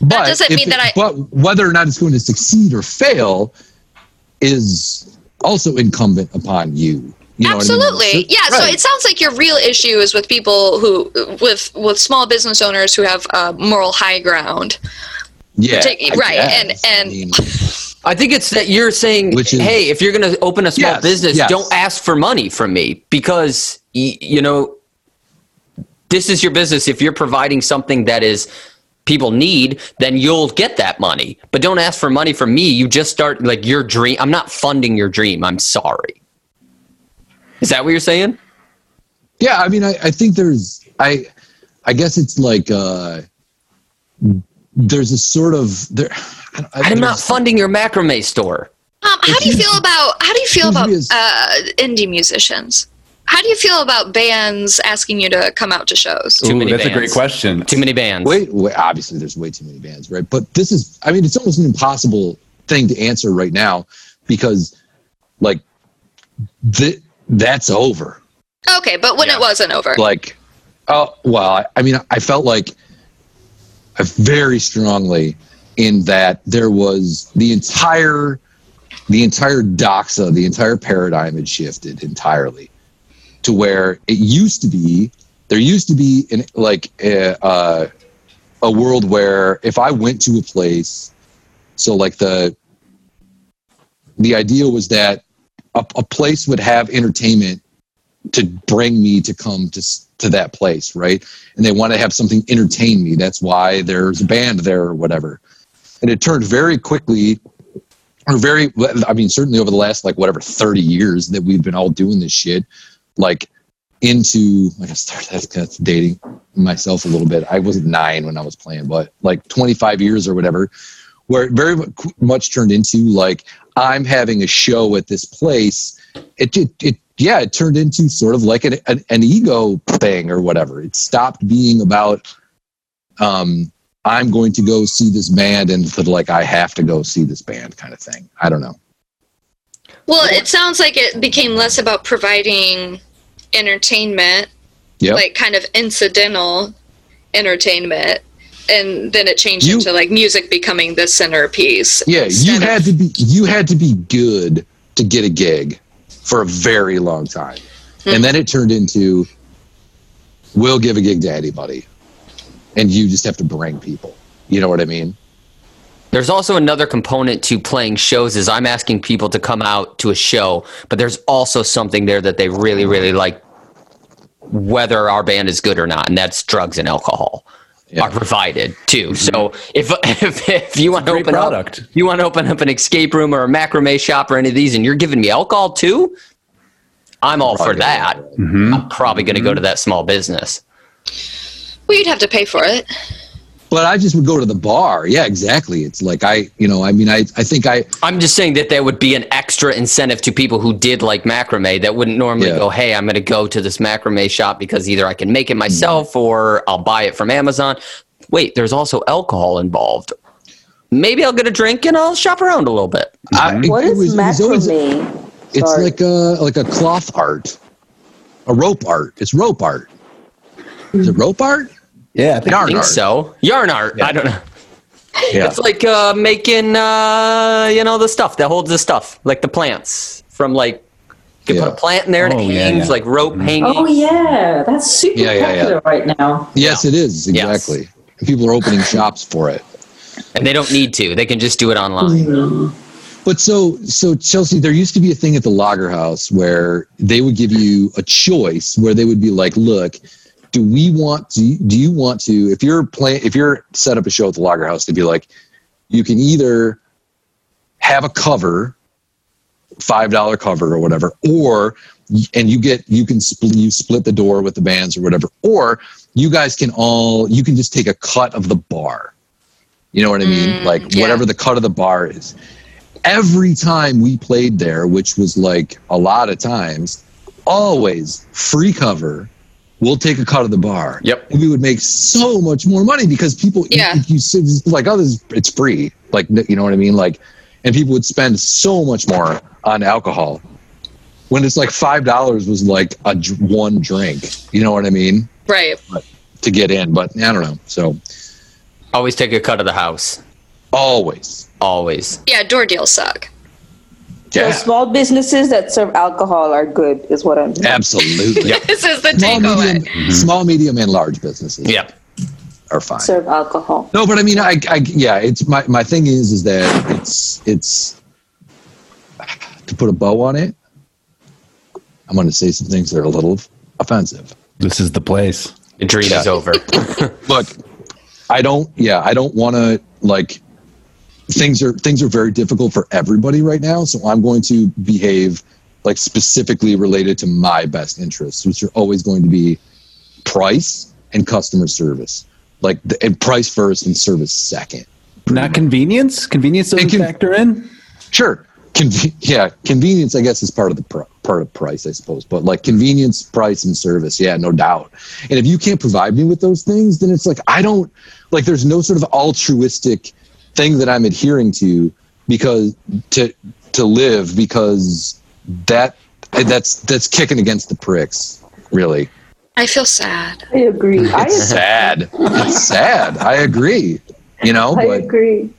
F: But
C: doesn't
F: if
C: mean that I-
F: But whether or not it's going to succeed or fail is also incumbent upon you. You know what I mean?
C: absolutely
F: So-
C: yeah so
F: right.
C: it sounds like your real issue is with people who with with small business owners who have uh, moral high ground
F: yeah,
C: take-
F: I
C: right,
F: guess.
C: and- and-
F: I mean,
E: I think it's that you're saying,
F: Which is-
E: hey, if you're going to open a small
F: Yes,
E: business,
F: yes.
E: don't ask for money from me because, y- you know, this is your business. If you're providing something that is people need, then you'll get that money. But don't ask for money from me. You just start like your dream. I'm not funding your dream. I'm sorry. Is that what you're saying?
F: yeah, I mean, I, I think there's, I, I guess it's like, uh, there's a sort of there. I, I-
E: I'm not
F: there's-
E: funding your macrame store.
C: um, how do you feel about how do you feel
F: Who's
C: about
F: this?
C: uh, indie musicians how do you feel about bands asking you to come out to shows
E: Too
D: Ooh,
E: many
D: that's a great
E: bands.
D: question.
E: Too many bands.
F: Wait, wait, obviously, there's way too many bands, right? But this is, I mean, it's almost an impossible thing to answer right now because, like, th- that's over.
C: okay but when
E: Yeah.
C: it wasn't over
F: Like, oh, well, I, I mean, I felt like I very strongly in that there was the entire, the entire doxa, the entire paradigm had shifted entirely to where it used to be, there used to be an, like, uh, uh, a world where if I went to a place, so like the the idea was that a, a place would have entertainment to bring me to come to s- to that place, right? And they want to have something entertain me. That's why there's a band there or whatever. And it turned very quickly, or very, I mean, certainly over the last like whatever thirty years that we've been all doing this shit, like into like I started that's, that's dating myself a little bit. I was nine when I was playing, but like 25 years or whatever, where it very mu- much turned into like I'm having a show at this place. It it, it yeah, it turned into sort of like an, an an ego thing or whatever. It stopped being about um I'm going to go see this band and to like I have to go see this band kind of thing. I don't know.
C: Well, it sounds like it became less about providing entertainment,
F: Yeah.
C: like kind of incidental entertainment, and then it changed
F: You-
C: into like music becoming the centerpiece.
F: yeah, you
C: instead of-
F: had to be you had to be good to get a gig for a very long time. And then it turned into we'll give a gig to anybody. And you just have to bring people. You know what I mean?
E: There's also another component to playing shows is I'm asking people to come out to a show, but there's also something there that they really, really like, whether our band is good or not, and that's drugs and alcohol
F: Yeah.
E: are provided too. So if, if if you want to
D: great
E: open
D: product.
E: up, you want to open up an escape room or a macrame shop or any of these, and you're giving me alcohol too, I'm all for
F: Probably
E: that.
F: gonna-
E: I'm probably going to go to that small business.
C: Well, you'd have to pay for it.
F: But I just would go to the bar. Yeah, exactly. It's like I, you know, I mean, I, I think I,
E: I'm just saying that there would be an extra incentive to people who did like macrame that wouldn't normally
F: Yeah.
E: go, hey, I'm going to go to this macrame shop because either I can make it myself
F: Mm-hmm.
E: or I'll buy it from Amazon. Wait, there's also alcohol involved. Maybe I'll get a drink and I'll shop around a little bit.
F: I
D: Mhm.
H: What
F: it was-
H: is
F: it was always-
H: macrame?
F: It's
H: Sorry.
F: like a like a cloth art, a rope art. It's rope art. Is it rope art?
D: Yeah, I think
E: I
F: Yarn
E: think
F: art.
E: so. Yarn art. I don't know.
F: Yeah.
E: It's like uh, making, uh, you know, the stuff that holds the stuff, like the plants from like, you
F: Yeah.
E: put a plant in there and
D: Oh,
E: it
D: yeah,
E: hangs
D: yeah.
E: like rope hanging.
H: Oh yeah, that's super
F: Yeah, yeah, yeah.
H: popular right now.
F: Yes, it is
E: Yes.
F: exactly. And People are opening shops for it.
E: And they don't need to. They can just do it online.
F: Mm-hmm. But so so Chelsea, there used to be a thing at the Lager House where they would give you a choice where they would be like, look, do we want to do you want to if you're playing if you're set up a show at the Lager House to be like, you can either have a cover, five dollar cover or whatever, or and you get you can split you split the door with the bands or whatever, or you guys can all you can just take a cut of the bar. You know what I mean?
C: Mm,
F: like
C: yeah.
F: whatever the cut of the bar is. Every time we played there, which was like a lot of times, always free cover. We'll take a cut of the bar.
E: Yep.
F: And we would make so much more money because people,
C: Yeah.
F: if you said like, oh, this, it's free. Like, you know what I mean? Like, and people would spend so much more on alcohol when it's like five dollars was like a dr- one drink. You know what I mean
C: Right.
F: to get in, but I don't know. So
E: Always take a cut of the house.
F: always,
E: Always.
C: Yeah, door deals suck.
F: yeah,
I: So small businesses that serve alcohol are good, is what I'm.
F: absolutely.
C: This is the
F: Small, medium,
C: takeaway.
F: small, medium, and large businesses
E: Yeah.
F: are fine.
I: Serve alcohol.
F: No, but I mean, I, I, yeah, it's my, my thing is, is that it's, it's to put a bow on it. I'm going to say some things that are a little offensive.
D: this is the place.
E: The dream is over.
F: Look, I don't, yeah, I don't want to like things are, things are very difficult for everybody right now. So I'm going to behave like specifically related to my best interests, which are always going to be price and customer service, like the, and price first and service second.
E: Mm-hmm.
D: Not convenience. Convenience doesn't
F: It can-
D: factor in.
F: Sure. Conve- yeah, convenience, I guess, is part of the pr- part of price, I suppose. But like convenience, price, and service, yeah, no doubt. And if you can't provide me with those things, then it's like I don't like. There's no sort of altruistic thing that I'm adhering to because to to live because that that's that's kicking against the pricks. Really,
C: I feel sad.
I: I agree. I,
F: it's sad. It's sad. I agree. You know,
I: I
F: but
I: agree.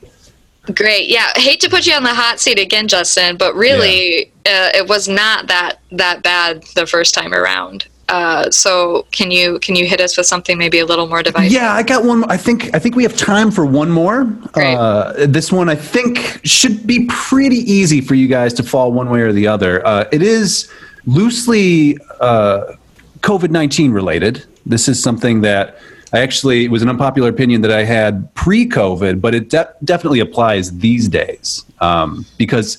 C: Great. Yeah. Hate to put you on the hot seat again, Justin, but really, uh, it was not that that bad the first time around. Uh, so can you can you hit us with something maybe a little more divisive?
D: Yeah, I got one. I think I think we have time for one more.
C: Great.
D: Uh, this one I think should be pretty easy for you guys to fall one way or the other. Uh, it is loosely uh, COVID nineteen related. This is something that I actually it was an unpopular opinion that I had pre COVID, but it de- definitely applies these days um, because.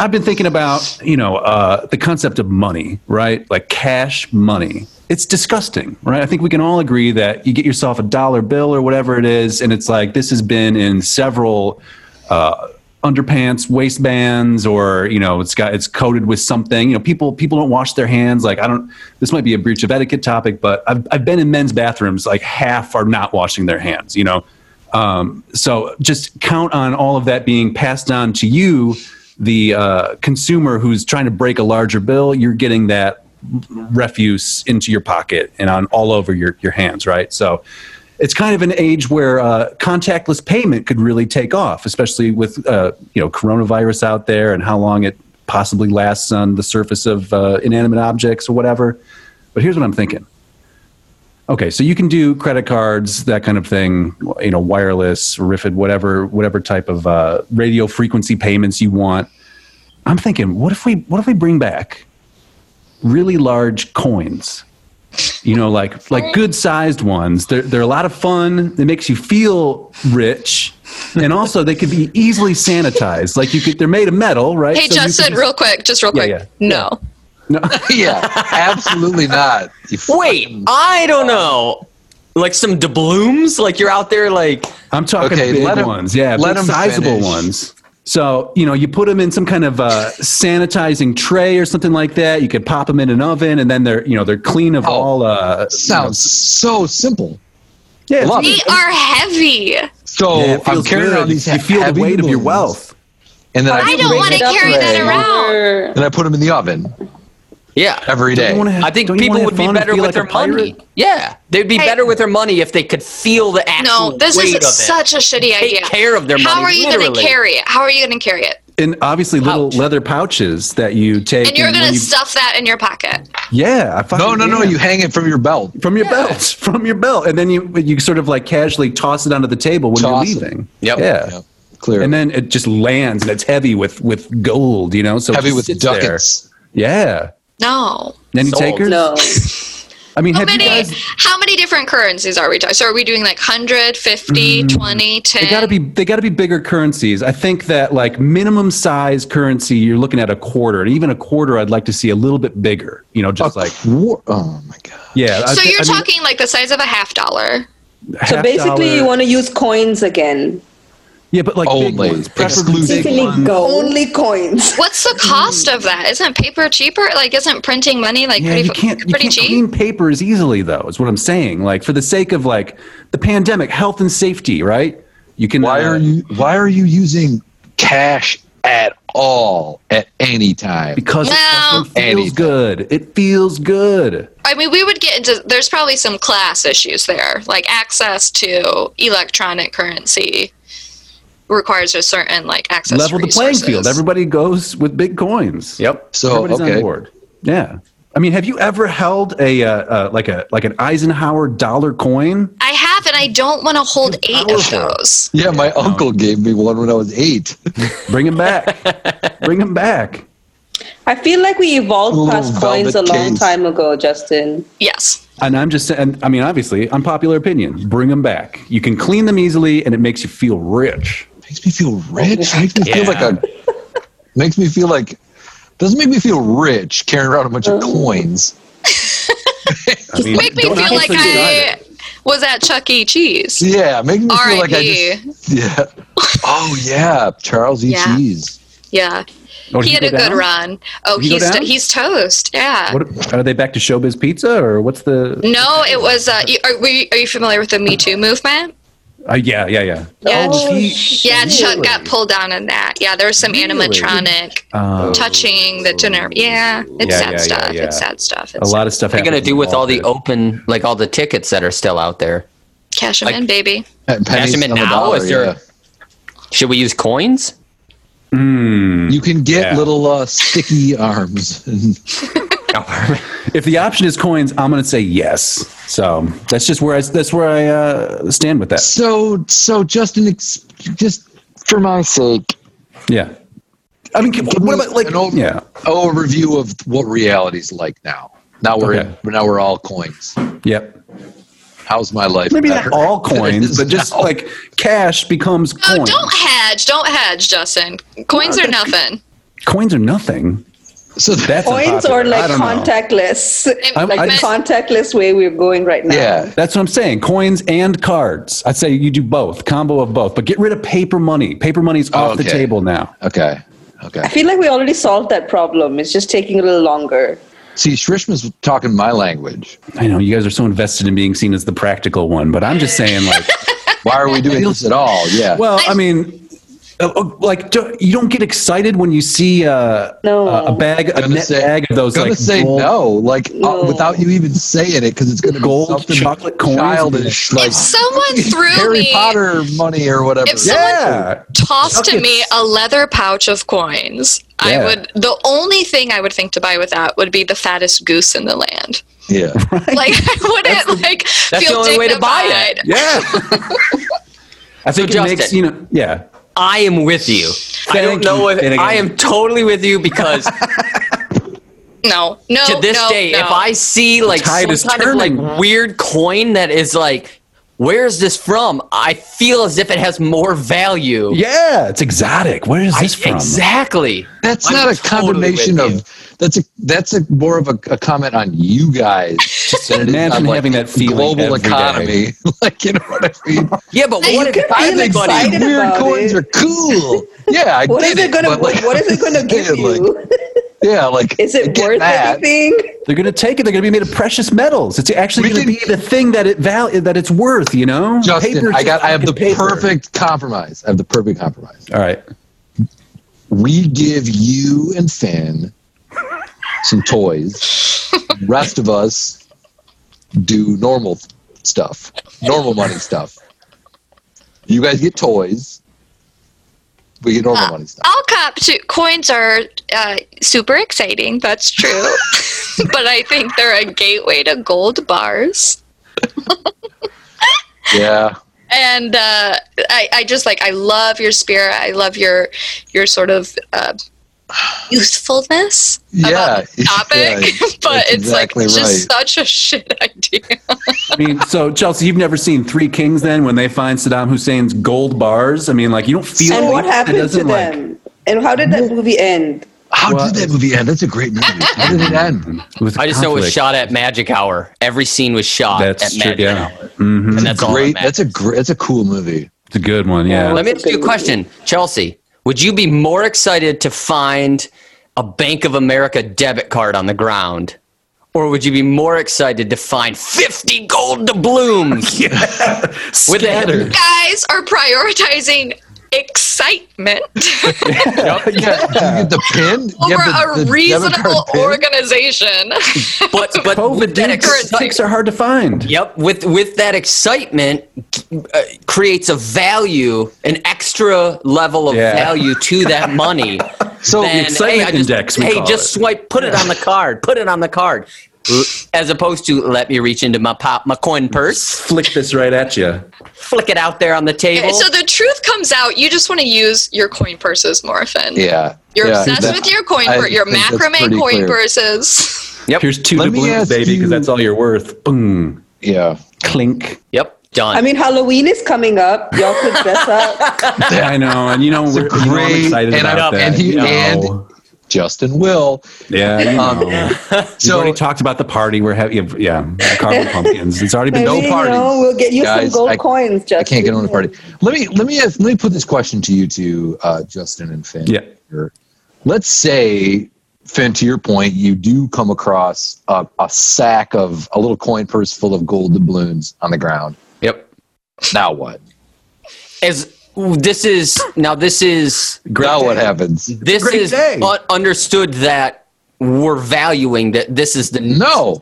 D: I've been thinking about, you know, uh, the concept of money, right? Like cash money. It's disgusting, right? I think we can all agree that you get yourself a dollar bill or whatever it is, and it's like this has been in several uh, underpants, waistbands, or you know, it's got it's coated with something. You know, people people don't wash their hands. Like I don't. This might be a breach of etiquette topic, but I've I've been in men's bathrooms. Like half are not washing their hands. You know, Um, so just count on all of that being passed on to you, the uh, consumer who's trying to break a larger bill. You're getting that refuse into your pocket and on all over your, your hands, right? So it's kind of an age where uh, contactless payment could really take off, especially with uh, you know coronavirus out there and how long it possibly lasts on the surface of uh, inanimate objects or whatever. But here's what I'm thinking. Okay, so you can do credit cards, that kind of thing, you know, wireless, RFID, whatever, whatever type of uh, radio frequency payments you want. I'm thinking, what if we, what if we bring back really large coins? You know, like like good sized ones. They're they're a lot of fun. It makes you feel rich, and also they could be easily sanitized. Like you could, they're made of metal, right?
C: Hey,
D: So you could
C: Justin,
D: just-
C: real quick, just real
D: Yeah,
C: quick.
D: yeah.
C: No.
F: yeah, absolutely not. You
E: Wait,
F: fucking-
E: I don't know. Like some doubloons? Like you're out there like
D: I'm talking
F: Okay,
D: big
F: let 'em-
D: ones, yeah,
F: let
D: big
F: 'em
D: sizable
F: finish.
D: ones. So you know, you put them in some kind of uh, sanitizing tray or something like that. You could pop them in an oven, and then they're you know they're clean of
F: Oh,
D: all. Uh,
F: sounds so simple.
D: yeah,
F: love
C: They
F: it.
C: are heavy.
F: So
D: Yeah, it feels
F: I'm carrying
D: good.
F: all these.
D: You feel the
F: heavy
D: weight of your
F: balloons,
D: wealth.
F: and then I,
C: I
F: put
C: don't
F: them-
C: want to carry that
H: Right.
C: around.
F: Then I put them in the oven
E: Yeah.
F: every
D: Don't
F: day.
D: you wanna have-
E: I think
D: don't you
E: people
D: wanna
E: would
D: have
E: be
D: fun and
E: better
D: feel
E: with
D: like a
E: their money.
D: pirate?
E: Yeah. They'd be
C: Hey.
E: better with their money if they could feel the actual
C: No, this
E: weight of it.
C: is such a shitty idea.
E: Take care of their money.
C: How are you going to
E: literally.
C: carry it? How are you going to carry it?
D: And obviously, little
E: Pouch.
D: leather pouches that you take.
C: And you're
D: when
C: going to
D: you-
C: stuff that in your pocket.
D: Yeah, I
F: no,
D: fucking
F: no, no.
D: am.
F: You hang it from your belt.
D: from your
E: Yeah.
D: belt, from your belt, and then you you sort of like casually toss it onto the table when
F: Toss it.
D: you're leaving.
E: Yep.
D: Yeah.
F: Yeah, clear.
D: And then it just lands, and it's heavy with with gold, you know. So it
F: heavy
D: just
F: with
D: sits there.
F: duckets.
D: Yeah.
C: No.
D: Any
E: Sold.
D: takers?
I: No.
D: I mean,
C: How
D: have you
C: many,
D: guys?
C: how many different currencies are we talking? So are we doing like 100, 50, 20, 10?
D: They Mm-hmm. gotta be. They gotta be bigger currencies. I think that like minimum size currency, you're looking at a quarter, and even a quarter, I'd like to see a little bit bigger. You know, just like
F: War- oh my god.
D: yeah. I
C: So
D: thi-
C: you're
D: I mean,
C: talking like the size of a half dollar.
I: So
D: half
I: basically, you
D: dollar-
I: want to use coins again.
D: yeah, but like big
F: Only.
D: ones, preferably big
F: Exclusively
D: ones.
H: gold.
I: Only coins.
C: What's the cost of that? Isn't paper cheaper? Like, isn't printing money like
D: Yeah,
C: pretty,
D: you can't you
C: pretty
D: can't
C: cheap?
D: clean paper as easily though. Is what I'm saying. Like for the sake of like the pandemic, health and safety, right? You can.
F: Why
D: uh,
F: are you? Why are you using cash at all at any time?
D: Because
C: No.
D: it fucking feels
F: Anything.
D: good. It feels good.
C: I mean, we would get into. There's probably some class issues there, like access to electronic currency requires a certain like access. to
D: level the playing
C: resources.
D: field. Everybody goes with big coins.
E: Yep.
F: so
D: Everybody's
F: okay.
D: on board. Yeah. I mean, have you ever held a uh, uh, like a like an Eisenhower dollar coin?
C: I have, and I don't want to hold eight of
D: powerful.
C: those.
F: Yeah, my uncle gave me one when I was eight.
D: Bring them back. Bring them back.
I: I feel like we evolved
F: Little
I: past coins a
F: velvet
I: long
F: case.
I: time ago, Justin.
C: Yes,
D: And I'm just saying. I mean, obviously, unpopular opinion. Bring them back. You can clean them easily, and it makes you feel rich.
F: Makes me feel rich. Makes me feel
E: Yeah.
F: like a. Makes me feel like. Doesn't make me feel rich carrying around a bunch
C: Uh-huh.
F: of coins.
D: I mean,
C: make me feel
D: don't
C: like
D: actually try it.
C: I was at Chuck E. Cheese.
F: Yeah, make me feel like I
C: R.I.P.
F: just. Yeah. Oh yeah, Charles E.
C: Yeah.
F: Cheese.
C: Yeah,
D: Oh, did
C: he had
D: go
C: a good
D: down?
C: run. Oh,
D: Did he go
C: he's
D: down?
C: he's toast. Yeah.
D: What, are they back to Showbiz Pizza or what's the?
C: no, it was. Uh, you, are, we, are you familiar with the Me Too movement?
D: Uh, yeah, yeah, yeah.
C: Yeah,
D: Oh,
C: Chuck-
D: shit.
C: yeah, Chuck got
D: Really?
C: pulled down in that. Yeah, there was some
D: Really?
C: animatronic
E: Oh.
D: Um,
C: touching the dinner. Yeah, it's
D: Yeah,
C: sad
D: yeah, yeah,
C: stuff.
D: yeah.
C: It's sad stuff.
D: a
C: It's
D: lot of stuff.
E: What are you gonna
D: happens
E: do with all the
D: involved.
E: open like all the tickets that are still out there?
C: cash 'em
E: like-
C: in, baby.
F: And pennies
E: them in
F: on the
E: now?
F: dollar,
E: Is there-
F: yeah.
E: Should we use coins?
D: Mm.
F: You can get
D: Yeah.
F: little uh, sticky arms.
D: If the option is coins, I'm going to say yes. So that's just where I that's where I uh, stand with that.
F: so, so Justin, ex- just for my sake,
D: Yeah. I mean, what about like
F: An old-
D: yeah,
F: overview of what reality's like now. Now we're
D: Okay.
F: in, now we're all coins.
D: yep.
F: How's my life?
D: Maybe
F: better
D: not all
F: than it
D: coins,
F: is
D: but just
F: now?
D: like cash becomes
C: No,
D: coins.
C: Oh, don't hedge. Don't hedge, Justin. Coins are nothing.
D: Coins are nothing.
F: so
D: That's
I: Coins
D: unpopular.
I: or
D: I
I: like
D: don't know.
I: contactless,
D: I'm-
I: like
D: I-
I: contactless way we're going right now.
F: yeah.
D: That's what I'm saying. Coins and cards. I'd say you do both, combo of both. But get rid of paper money. Paper money's off the
F: Okay.
D: table now.
F: Okay.
I: I
F: Okay.
I: feel like we already solved that problem. It's just taking a little longer.
F: See, Shrishma's talking my language.
D: I know you guys are so invested in being seen as the practical one, but I'm just saying like
F: Why are we doing this at all? Yeah.
D: Well, I mean, uh, uh, like do- you don't get excited when you see uh,
G: No.
D: a a bag, a
F: Gonna
D: net
F: say-
D: bag of those
F: gonna
D: like
F: say
D: gold,
F: no, like
G: No.
F: Uh, without you even saying it, because it's gonna
D: gold
F: be something
D: chocolate coins.
F: childish, like
C: If someone threw
F: Harry
C: me,
F: Potter money or whatever.
C: If someone-
D: Yeah,
C: tossed to
D: Nuggets.
C: me a leather pouch of coins,
D: Yeah.
C: I would. The only thing I would think to buy with that would be the fattest goose in the land.
F: yeah,
C: Like I wouldn't like
E: that's
C: feel
E: the only way to buy it.
C: dignified.
D: yeah. I think it
E: Justin.
D: makes you know. Yeah,
E: I am with you. I don't
D: Thank you.
E: know
D: And
E: if
D: again.
E: I am totally with you because
C: No, no.
E: to this
C: no,
E: day,
C: no.
E: if I see like some
D: tide is
E: kind of like
D: turning.
E: weird coin that is like, where is this from? I feel as if it has more value.
D: yeah. It's exotic. Where is
E: I-
D: this from?
E: exactly.
F: that's
E: I'm
F: not a
E: totally
F: condemnation
E: with you.
F: of. That's a that's a more of a, a comment on you guys. than it is
D: Imagine
F: on, like,
D: having that
F: the
D: feeling
F: global
D: every day.
F: economy, like you know what I mean.
E: Yeah, but
G: Hey, you
E: what if
G: could feel
E: everybody?
G: excited
F: weird
G: about
F: coins
G: it.
F: are cool. Yeah, I
G: What
F: get
G: is it gonna?
F: but, like,
G: what is it gonna
F: I'm
G: give
F: saying,
G: you?
F: Like, yeah, like
G: is
F: I
G: it
F: get
G: worth
F: that.
G: anything?
D: They're gonna take it. They're gonna be made of precious metals. It's actually
F: We
D: gonna
F: can-
D: be the thing that it val- that it's worth. You know,
F: Justin,
D: Paper's
F: I got.
D: just
F: I have the
D: fucking paper.
F: perfect compromise. I have the perfect compromise.
D: All right.
F: we give you and Finn some toys. rest of us do normal stuff, normal money stuff. You guys get toys. We get normal money stuff.
C: I'll cop to coins are uh, super exciting. That's true, but I think they're a gateway to gold bars.
F: Yeah.
C: And uh, I, I just like I love your spirit. I love your your sort of uh, usefulness
F: Yeah.
C: about the topic.
F: Yeah,
C: but
F: that's
C: it's
F: exactly
C: like just
F: right.
C: such a shit idea.
D: I mean, so Chelsea, you've never seen Three Kings then when they find Saddam Hussein's gold bars. I mean, like you don't feel.
G: And
D: it.
G: what
D: It
G: happened to
D: doesn't, like-
G: them? and how did
F: Mm-hmm.
G: that movie end?
F: How
D: Well,
F: did that movie end? That's a great movie. How did it end?
D: with
E: I just know it was
D: conflict.
E: shot at magic hour. Every scene was shot
D: That's
E: at
D: true.
E: magic
D: Yeah,
E: hour.
D: Mhm.
E: And that's all
F: great.
E: that
F: That's a great. That's a cool movie.
D: it's a good one. Yeah.
E: Let me ask you a question, Chelsea. Would you be more excited to find a Bank of America debit card on the ground, or would you be more excited to find fifty gold doubloons with a header?
C: Guys are prioritizing excitement
F: Yeah. Do you get the pin?
C: over
F: You
C: a
F: have the- the debit card
C: reasonable
F: pin?
C: organization.
E: But but
D: COVID
E: with that
D: dude, sticks
E: excitement,
D: are hard to find.
E: yep, with with that excitement uh, creates a value, an extra level of
D: Yeah.
E: value to that money.
F: So
E: than,
D: Oh, excitement
E: hey, I just,
D: index, we
E: Hey,
D: call
E: just
D: it. Uh,
E: swipe, put it on the card, put it on the card, L- as opposed to let me reach into my pop, my coin purse,
D: Flick this right at you.
E: flick it out there on the table.
C: so the truth comes out. You just want to use your coin purses more often.
F: Yeah.
C: You're
F: Yeah,
C: obsessed
F: that-
C: with your coin,
F: I
C: pur- your
F: think that's
C: macrame
F: pretty
C: coin
F: clear.
C: purses.
E: yep,
D: Here's two
F: Let me
D: doubloons,
F: ask
D: baby, because
F: you-
D: that's all you're worth. Boom.
F: Yeah.
D: Clink.
E: yep, done.
G: I mean, Halloween is coming up. Y'all could dress up.
D: I know, and you know, we're, you know I'm
F: great-
D: excited
F: and I-
D: about that.
F: and he-
D: you know.
F: and- Justin will.
D: yeah, you
F: Um,
D: know. We've
F: So
D: already talked about the party we're having. Yeah, carving pumpkins. It's already been.
G: Maybe,
F: no
G: you
F: parties.
G: know, we'll get you
F: Guys,
G: some gold
F: I-
G: coins. Justin.
F: I can't get on the party. Let me let me ask, let me put this question to you two, uh, Justin and Finn.
D: Yeah.
F: Here. Let's say Finn, to your point, you do come across a, a sack of a little coin purse full of gold doubloons on the ground.
E: yep,
F: Now what?
E: as ooh, this is now this is uh,
F: now what happens?
E: this
D: Great
E: is
D: day.
E: un- understood that we're valuing that this is the
F: No,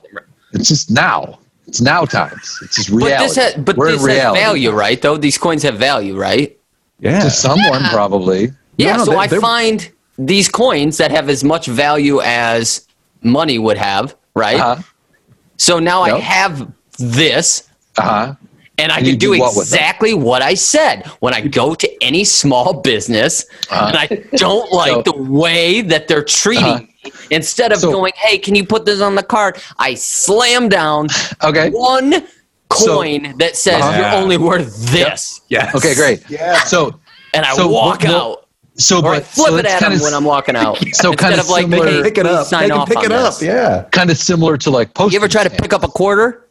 F: it's just now. It's now times. It's just
E: But
F: reality.
E: this has, but
F: We're
E: this
F: in
E: has
F: reality.
E: value, right? Though these coins have value, right?
D: Yeah,
F: to someone probably.
E: Yeah.
D: no,
E: so
D: they're-
E: I
D: they're-
E: find these coins that have as much value as money would have, right?
D: Uh-huh.
F: Uh huh.
E: So now I
F: Yep.
E: have this,
F: Uh huh.
E: and I
F: And
E: can
F: you
E: do,
F: do what with it?
E: exactly what I said when I go to any small business,
F: Uh-huh.
E: and I don't like
F: So-
E: the way that they're treating.
F: Uh-huh.
E: me. Instead of
F: So-
E: going, "Hey, can you put this on the card?" I slam down
F: Okay.
E: one
F: So-
E: coin that says
F: Uh-huh.
E: you're only worth this,
D: Yes.
F: Okay. Great. Yeah. So
E: and I
F: So
E: walk
F: what- what-
E: out.
F: so
E: Or I
F: but
E: flip
F: so
E: it
F: that's
E: at
F: kinda
E: him when I'm walking out.
F: So
E: Instead
F: kinda
E: of like,
F: similar-
E: hey,
D: Pick it up.
E: please sign
D: They can
E: off
D: pick
E: on
D: it up.
E: this.
D: Yeah.
F: kind of similar to like postage.
E: You ever try to
F: stamps.
E: pick up a quarter?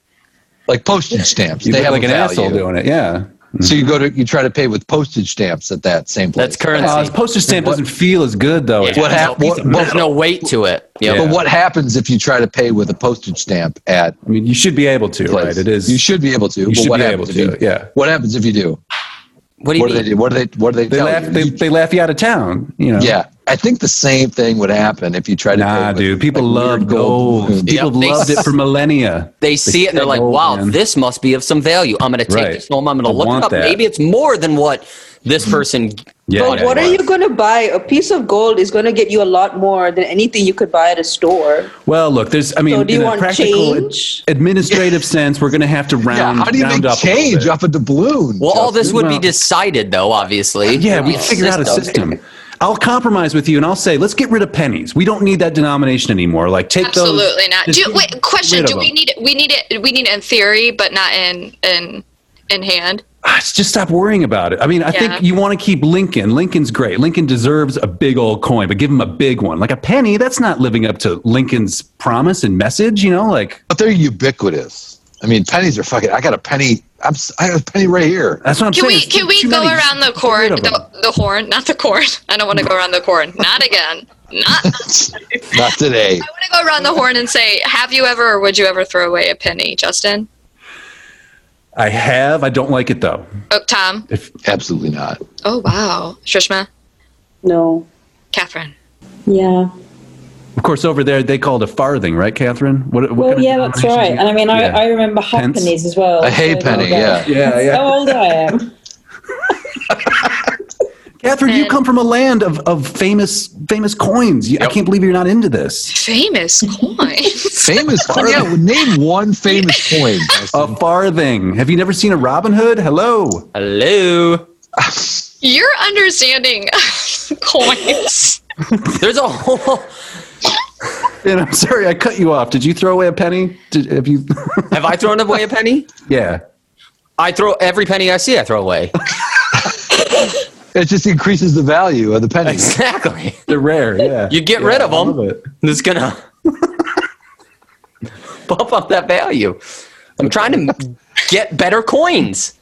F: like postage stamps?
D: You
F: they
D: look
F: have
D: like
F: a
D: an
F: value.
D: asshole doing it. Yeah.
F: So you go to you try to pay with postage stamps at that same place.
E: That's currency.
D: Uh, his postage stamp doesn't feel as good though.
E: Yeah.
F: What
E: There's
F: hap-
E: no-
F: what- what-
E: There's no weight to it. Yeah.
F: But what happens if you try to pay with a postage stamp at
D: I mean, you should be able to,
F: place?
D: right? It is.
F: You should be able to.
D: You
F: but
D: should
F: what
D: be able
F: happens
D: to.
F: If you,
D: yeah.
F: What happens if you do?
E: What do you
F: What do they
E: mean?
F: do? What do they? What do they,
D: They
F: tell
D: laugh.
F: you?
D: They, they laugh you out of town. You know.
F: yeah, I think the same thing would happen if you tried to. pay
D: Nah,
F: with,
D: dude. People
F: like,
D: love
F: weird gold
D: gold.
F: balloons.
D: People
E: Yep, they-
D: loved it for millennia.
E: They see it and they're like,
D: Oh,
E: wow,
D: man.
E: this must be of some value. I'm going to take
D: Right.
E: this home. I'm going
D: I
E: to look it
D: want
E: up.
D: that. Mm-hmm.
E: Maybe it's more than what this person.
D: Yeah,
E: thought
I: But
E: it
I: what are
E: was.
I: you going to buy? A piece of gold is going to get you a lot more than anything you could buy at a store.
D: Well, look. There's. I mean,
I: So do you
D: in a
I: want
D: practical ad-
I: change?
D: administrative sense, we're going to have to round.
F: Yeah, how do you
D: round
F: make
D: up a little
F: change
D: bit.
F: off a doubloon?
E: Well, all this would be
D: Well-
E: decided, though, obviously.
D: Yeah, we
E: There'd be
D: figure out a system. I'll compromise with you and I'll say, let's get rid of pennies. We don't need that denomination anymore. Like take those.
C: Absolutely not.
D: just
C: Do
D: get
C: wait, question,
D: rid of
C: do we
D: them.
C: need it we need it we need it in theory but not in in in hand?
D: Ah, Just stop worrying about it. I mean, I
C: Yeah.
D: think you want to keep Lincoln. Lincoln's great. Lincoln deserves a big old coin, but give him a big one. Like a penny, that's not living up to Lincoln's promise and message, you know? Like,
F: but they're ubiquitous. I mean, pennies are fucking. I got a penny. I'm. s- I have a penny right here.
D: that's what I'm
C: Can
D: saying.
C: we
D: It's too-
C: can we
D: too
C: go
D: many. Just
C: around the
D: get rid
C: corn
D: of them.
C: the, the horn, not the corn. I don't want to go around the corn. Not again. Not I
F: Not today.
C: want to go around the horn and say, have you ever or would you ever throw away a penny, Justin?
D: I have. I don't like it though.
C: Oh, Tom.
F: Absolutely not.
C: Oh wow. Shushma.
I: No.
C: Catherine.
H: Yeah.
D: Of course, over there, they call it a farthing, right, Catherine? What, what
H: Well,
D: kind of
H: yeah, that's
D: denomination
H: right.
D: is
H: And I mean, I,
D: Yeah.
H: I remember
D: Pence?
H: halfpennies as well.
F: A hay
H: so
F: penny.
H: long
F: Yeah.
H: ago.
D: Yeah, yeah.
H: How old I am.
D: Catherine, you
C: And-
D: come from a land of, of famous famous coins. You, I can't believe you're not into this.
C: Famous coins.
F: Famous coin. Yeah, well, name one famous coin.
D: A farthing. Have you never seen a Robin Hood? Hello.
E: Hello.
C: Your understanding of coins.
E: There's a whole.
D: And I'm sorry I cut you off. Did you throw away a penny? Did, have you?
E: Have I thrown away a penny?
D: yeah.
E: I throw every penny I see. I throw away.
F: It just increases the value of the penny.
E: exactly.
D: They're rare. Yeah.
E: You get
D: Yeah,
E: rid of
D: I
E: them.
D: love it.
E: It's gonna bump up that value. I'm trying to get better coins.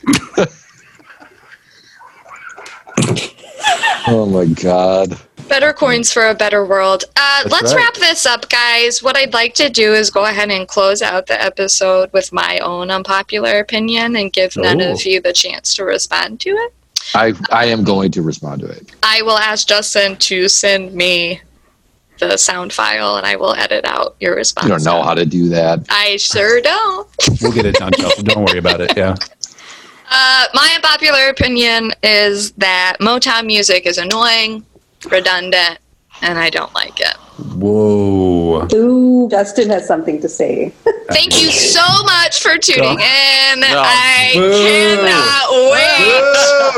F: Oh my god.
C: Better coins for a better world. Uh, let's
D: right.
C: wrap this up, guys. What I'd like to do is go ahead and close out the episode with my own unpopular opinion and give none
F: Oh.
D: Ooh.
C: of you the chance to respond to it.
F: I I am going to respond to it.
C: I will ask Justin to send me the sound file and I will edit out your response.
F: You don't know how to do that.
C: I sure don't.
D: We'll get it done, Chelsea. Don't worry about it. Yeah.
C: Uh, my unpopular opinion is that Motown music is annoying, redundant, and I don't like it.
D: Whoa.
I: Ooh, Justin has something to say.
C: Thank you so much for tuning in. I
D: Boo.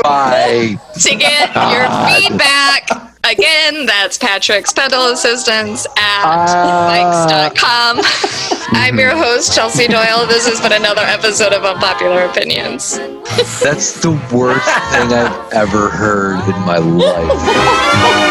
C: cannot wait
F: Bye.
C: to get your feedback. Again, that's Patrick's Pedal Assistance
D: Ah.
C: at bikes.com. I'm your host, Chelsea Doyle. This has been another episode of Unpopular Opinions.
F: That's the worst thing I've ever heard in my life.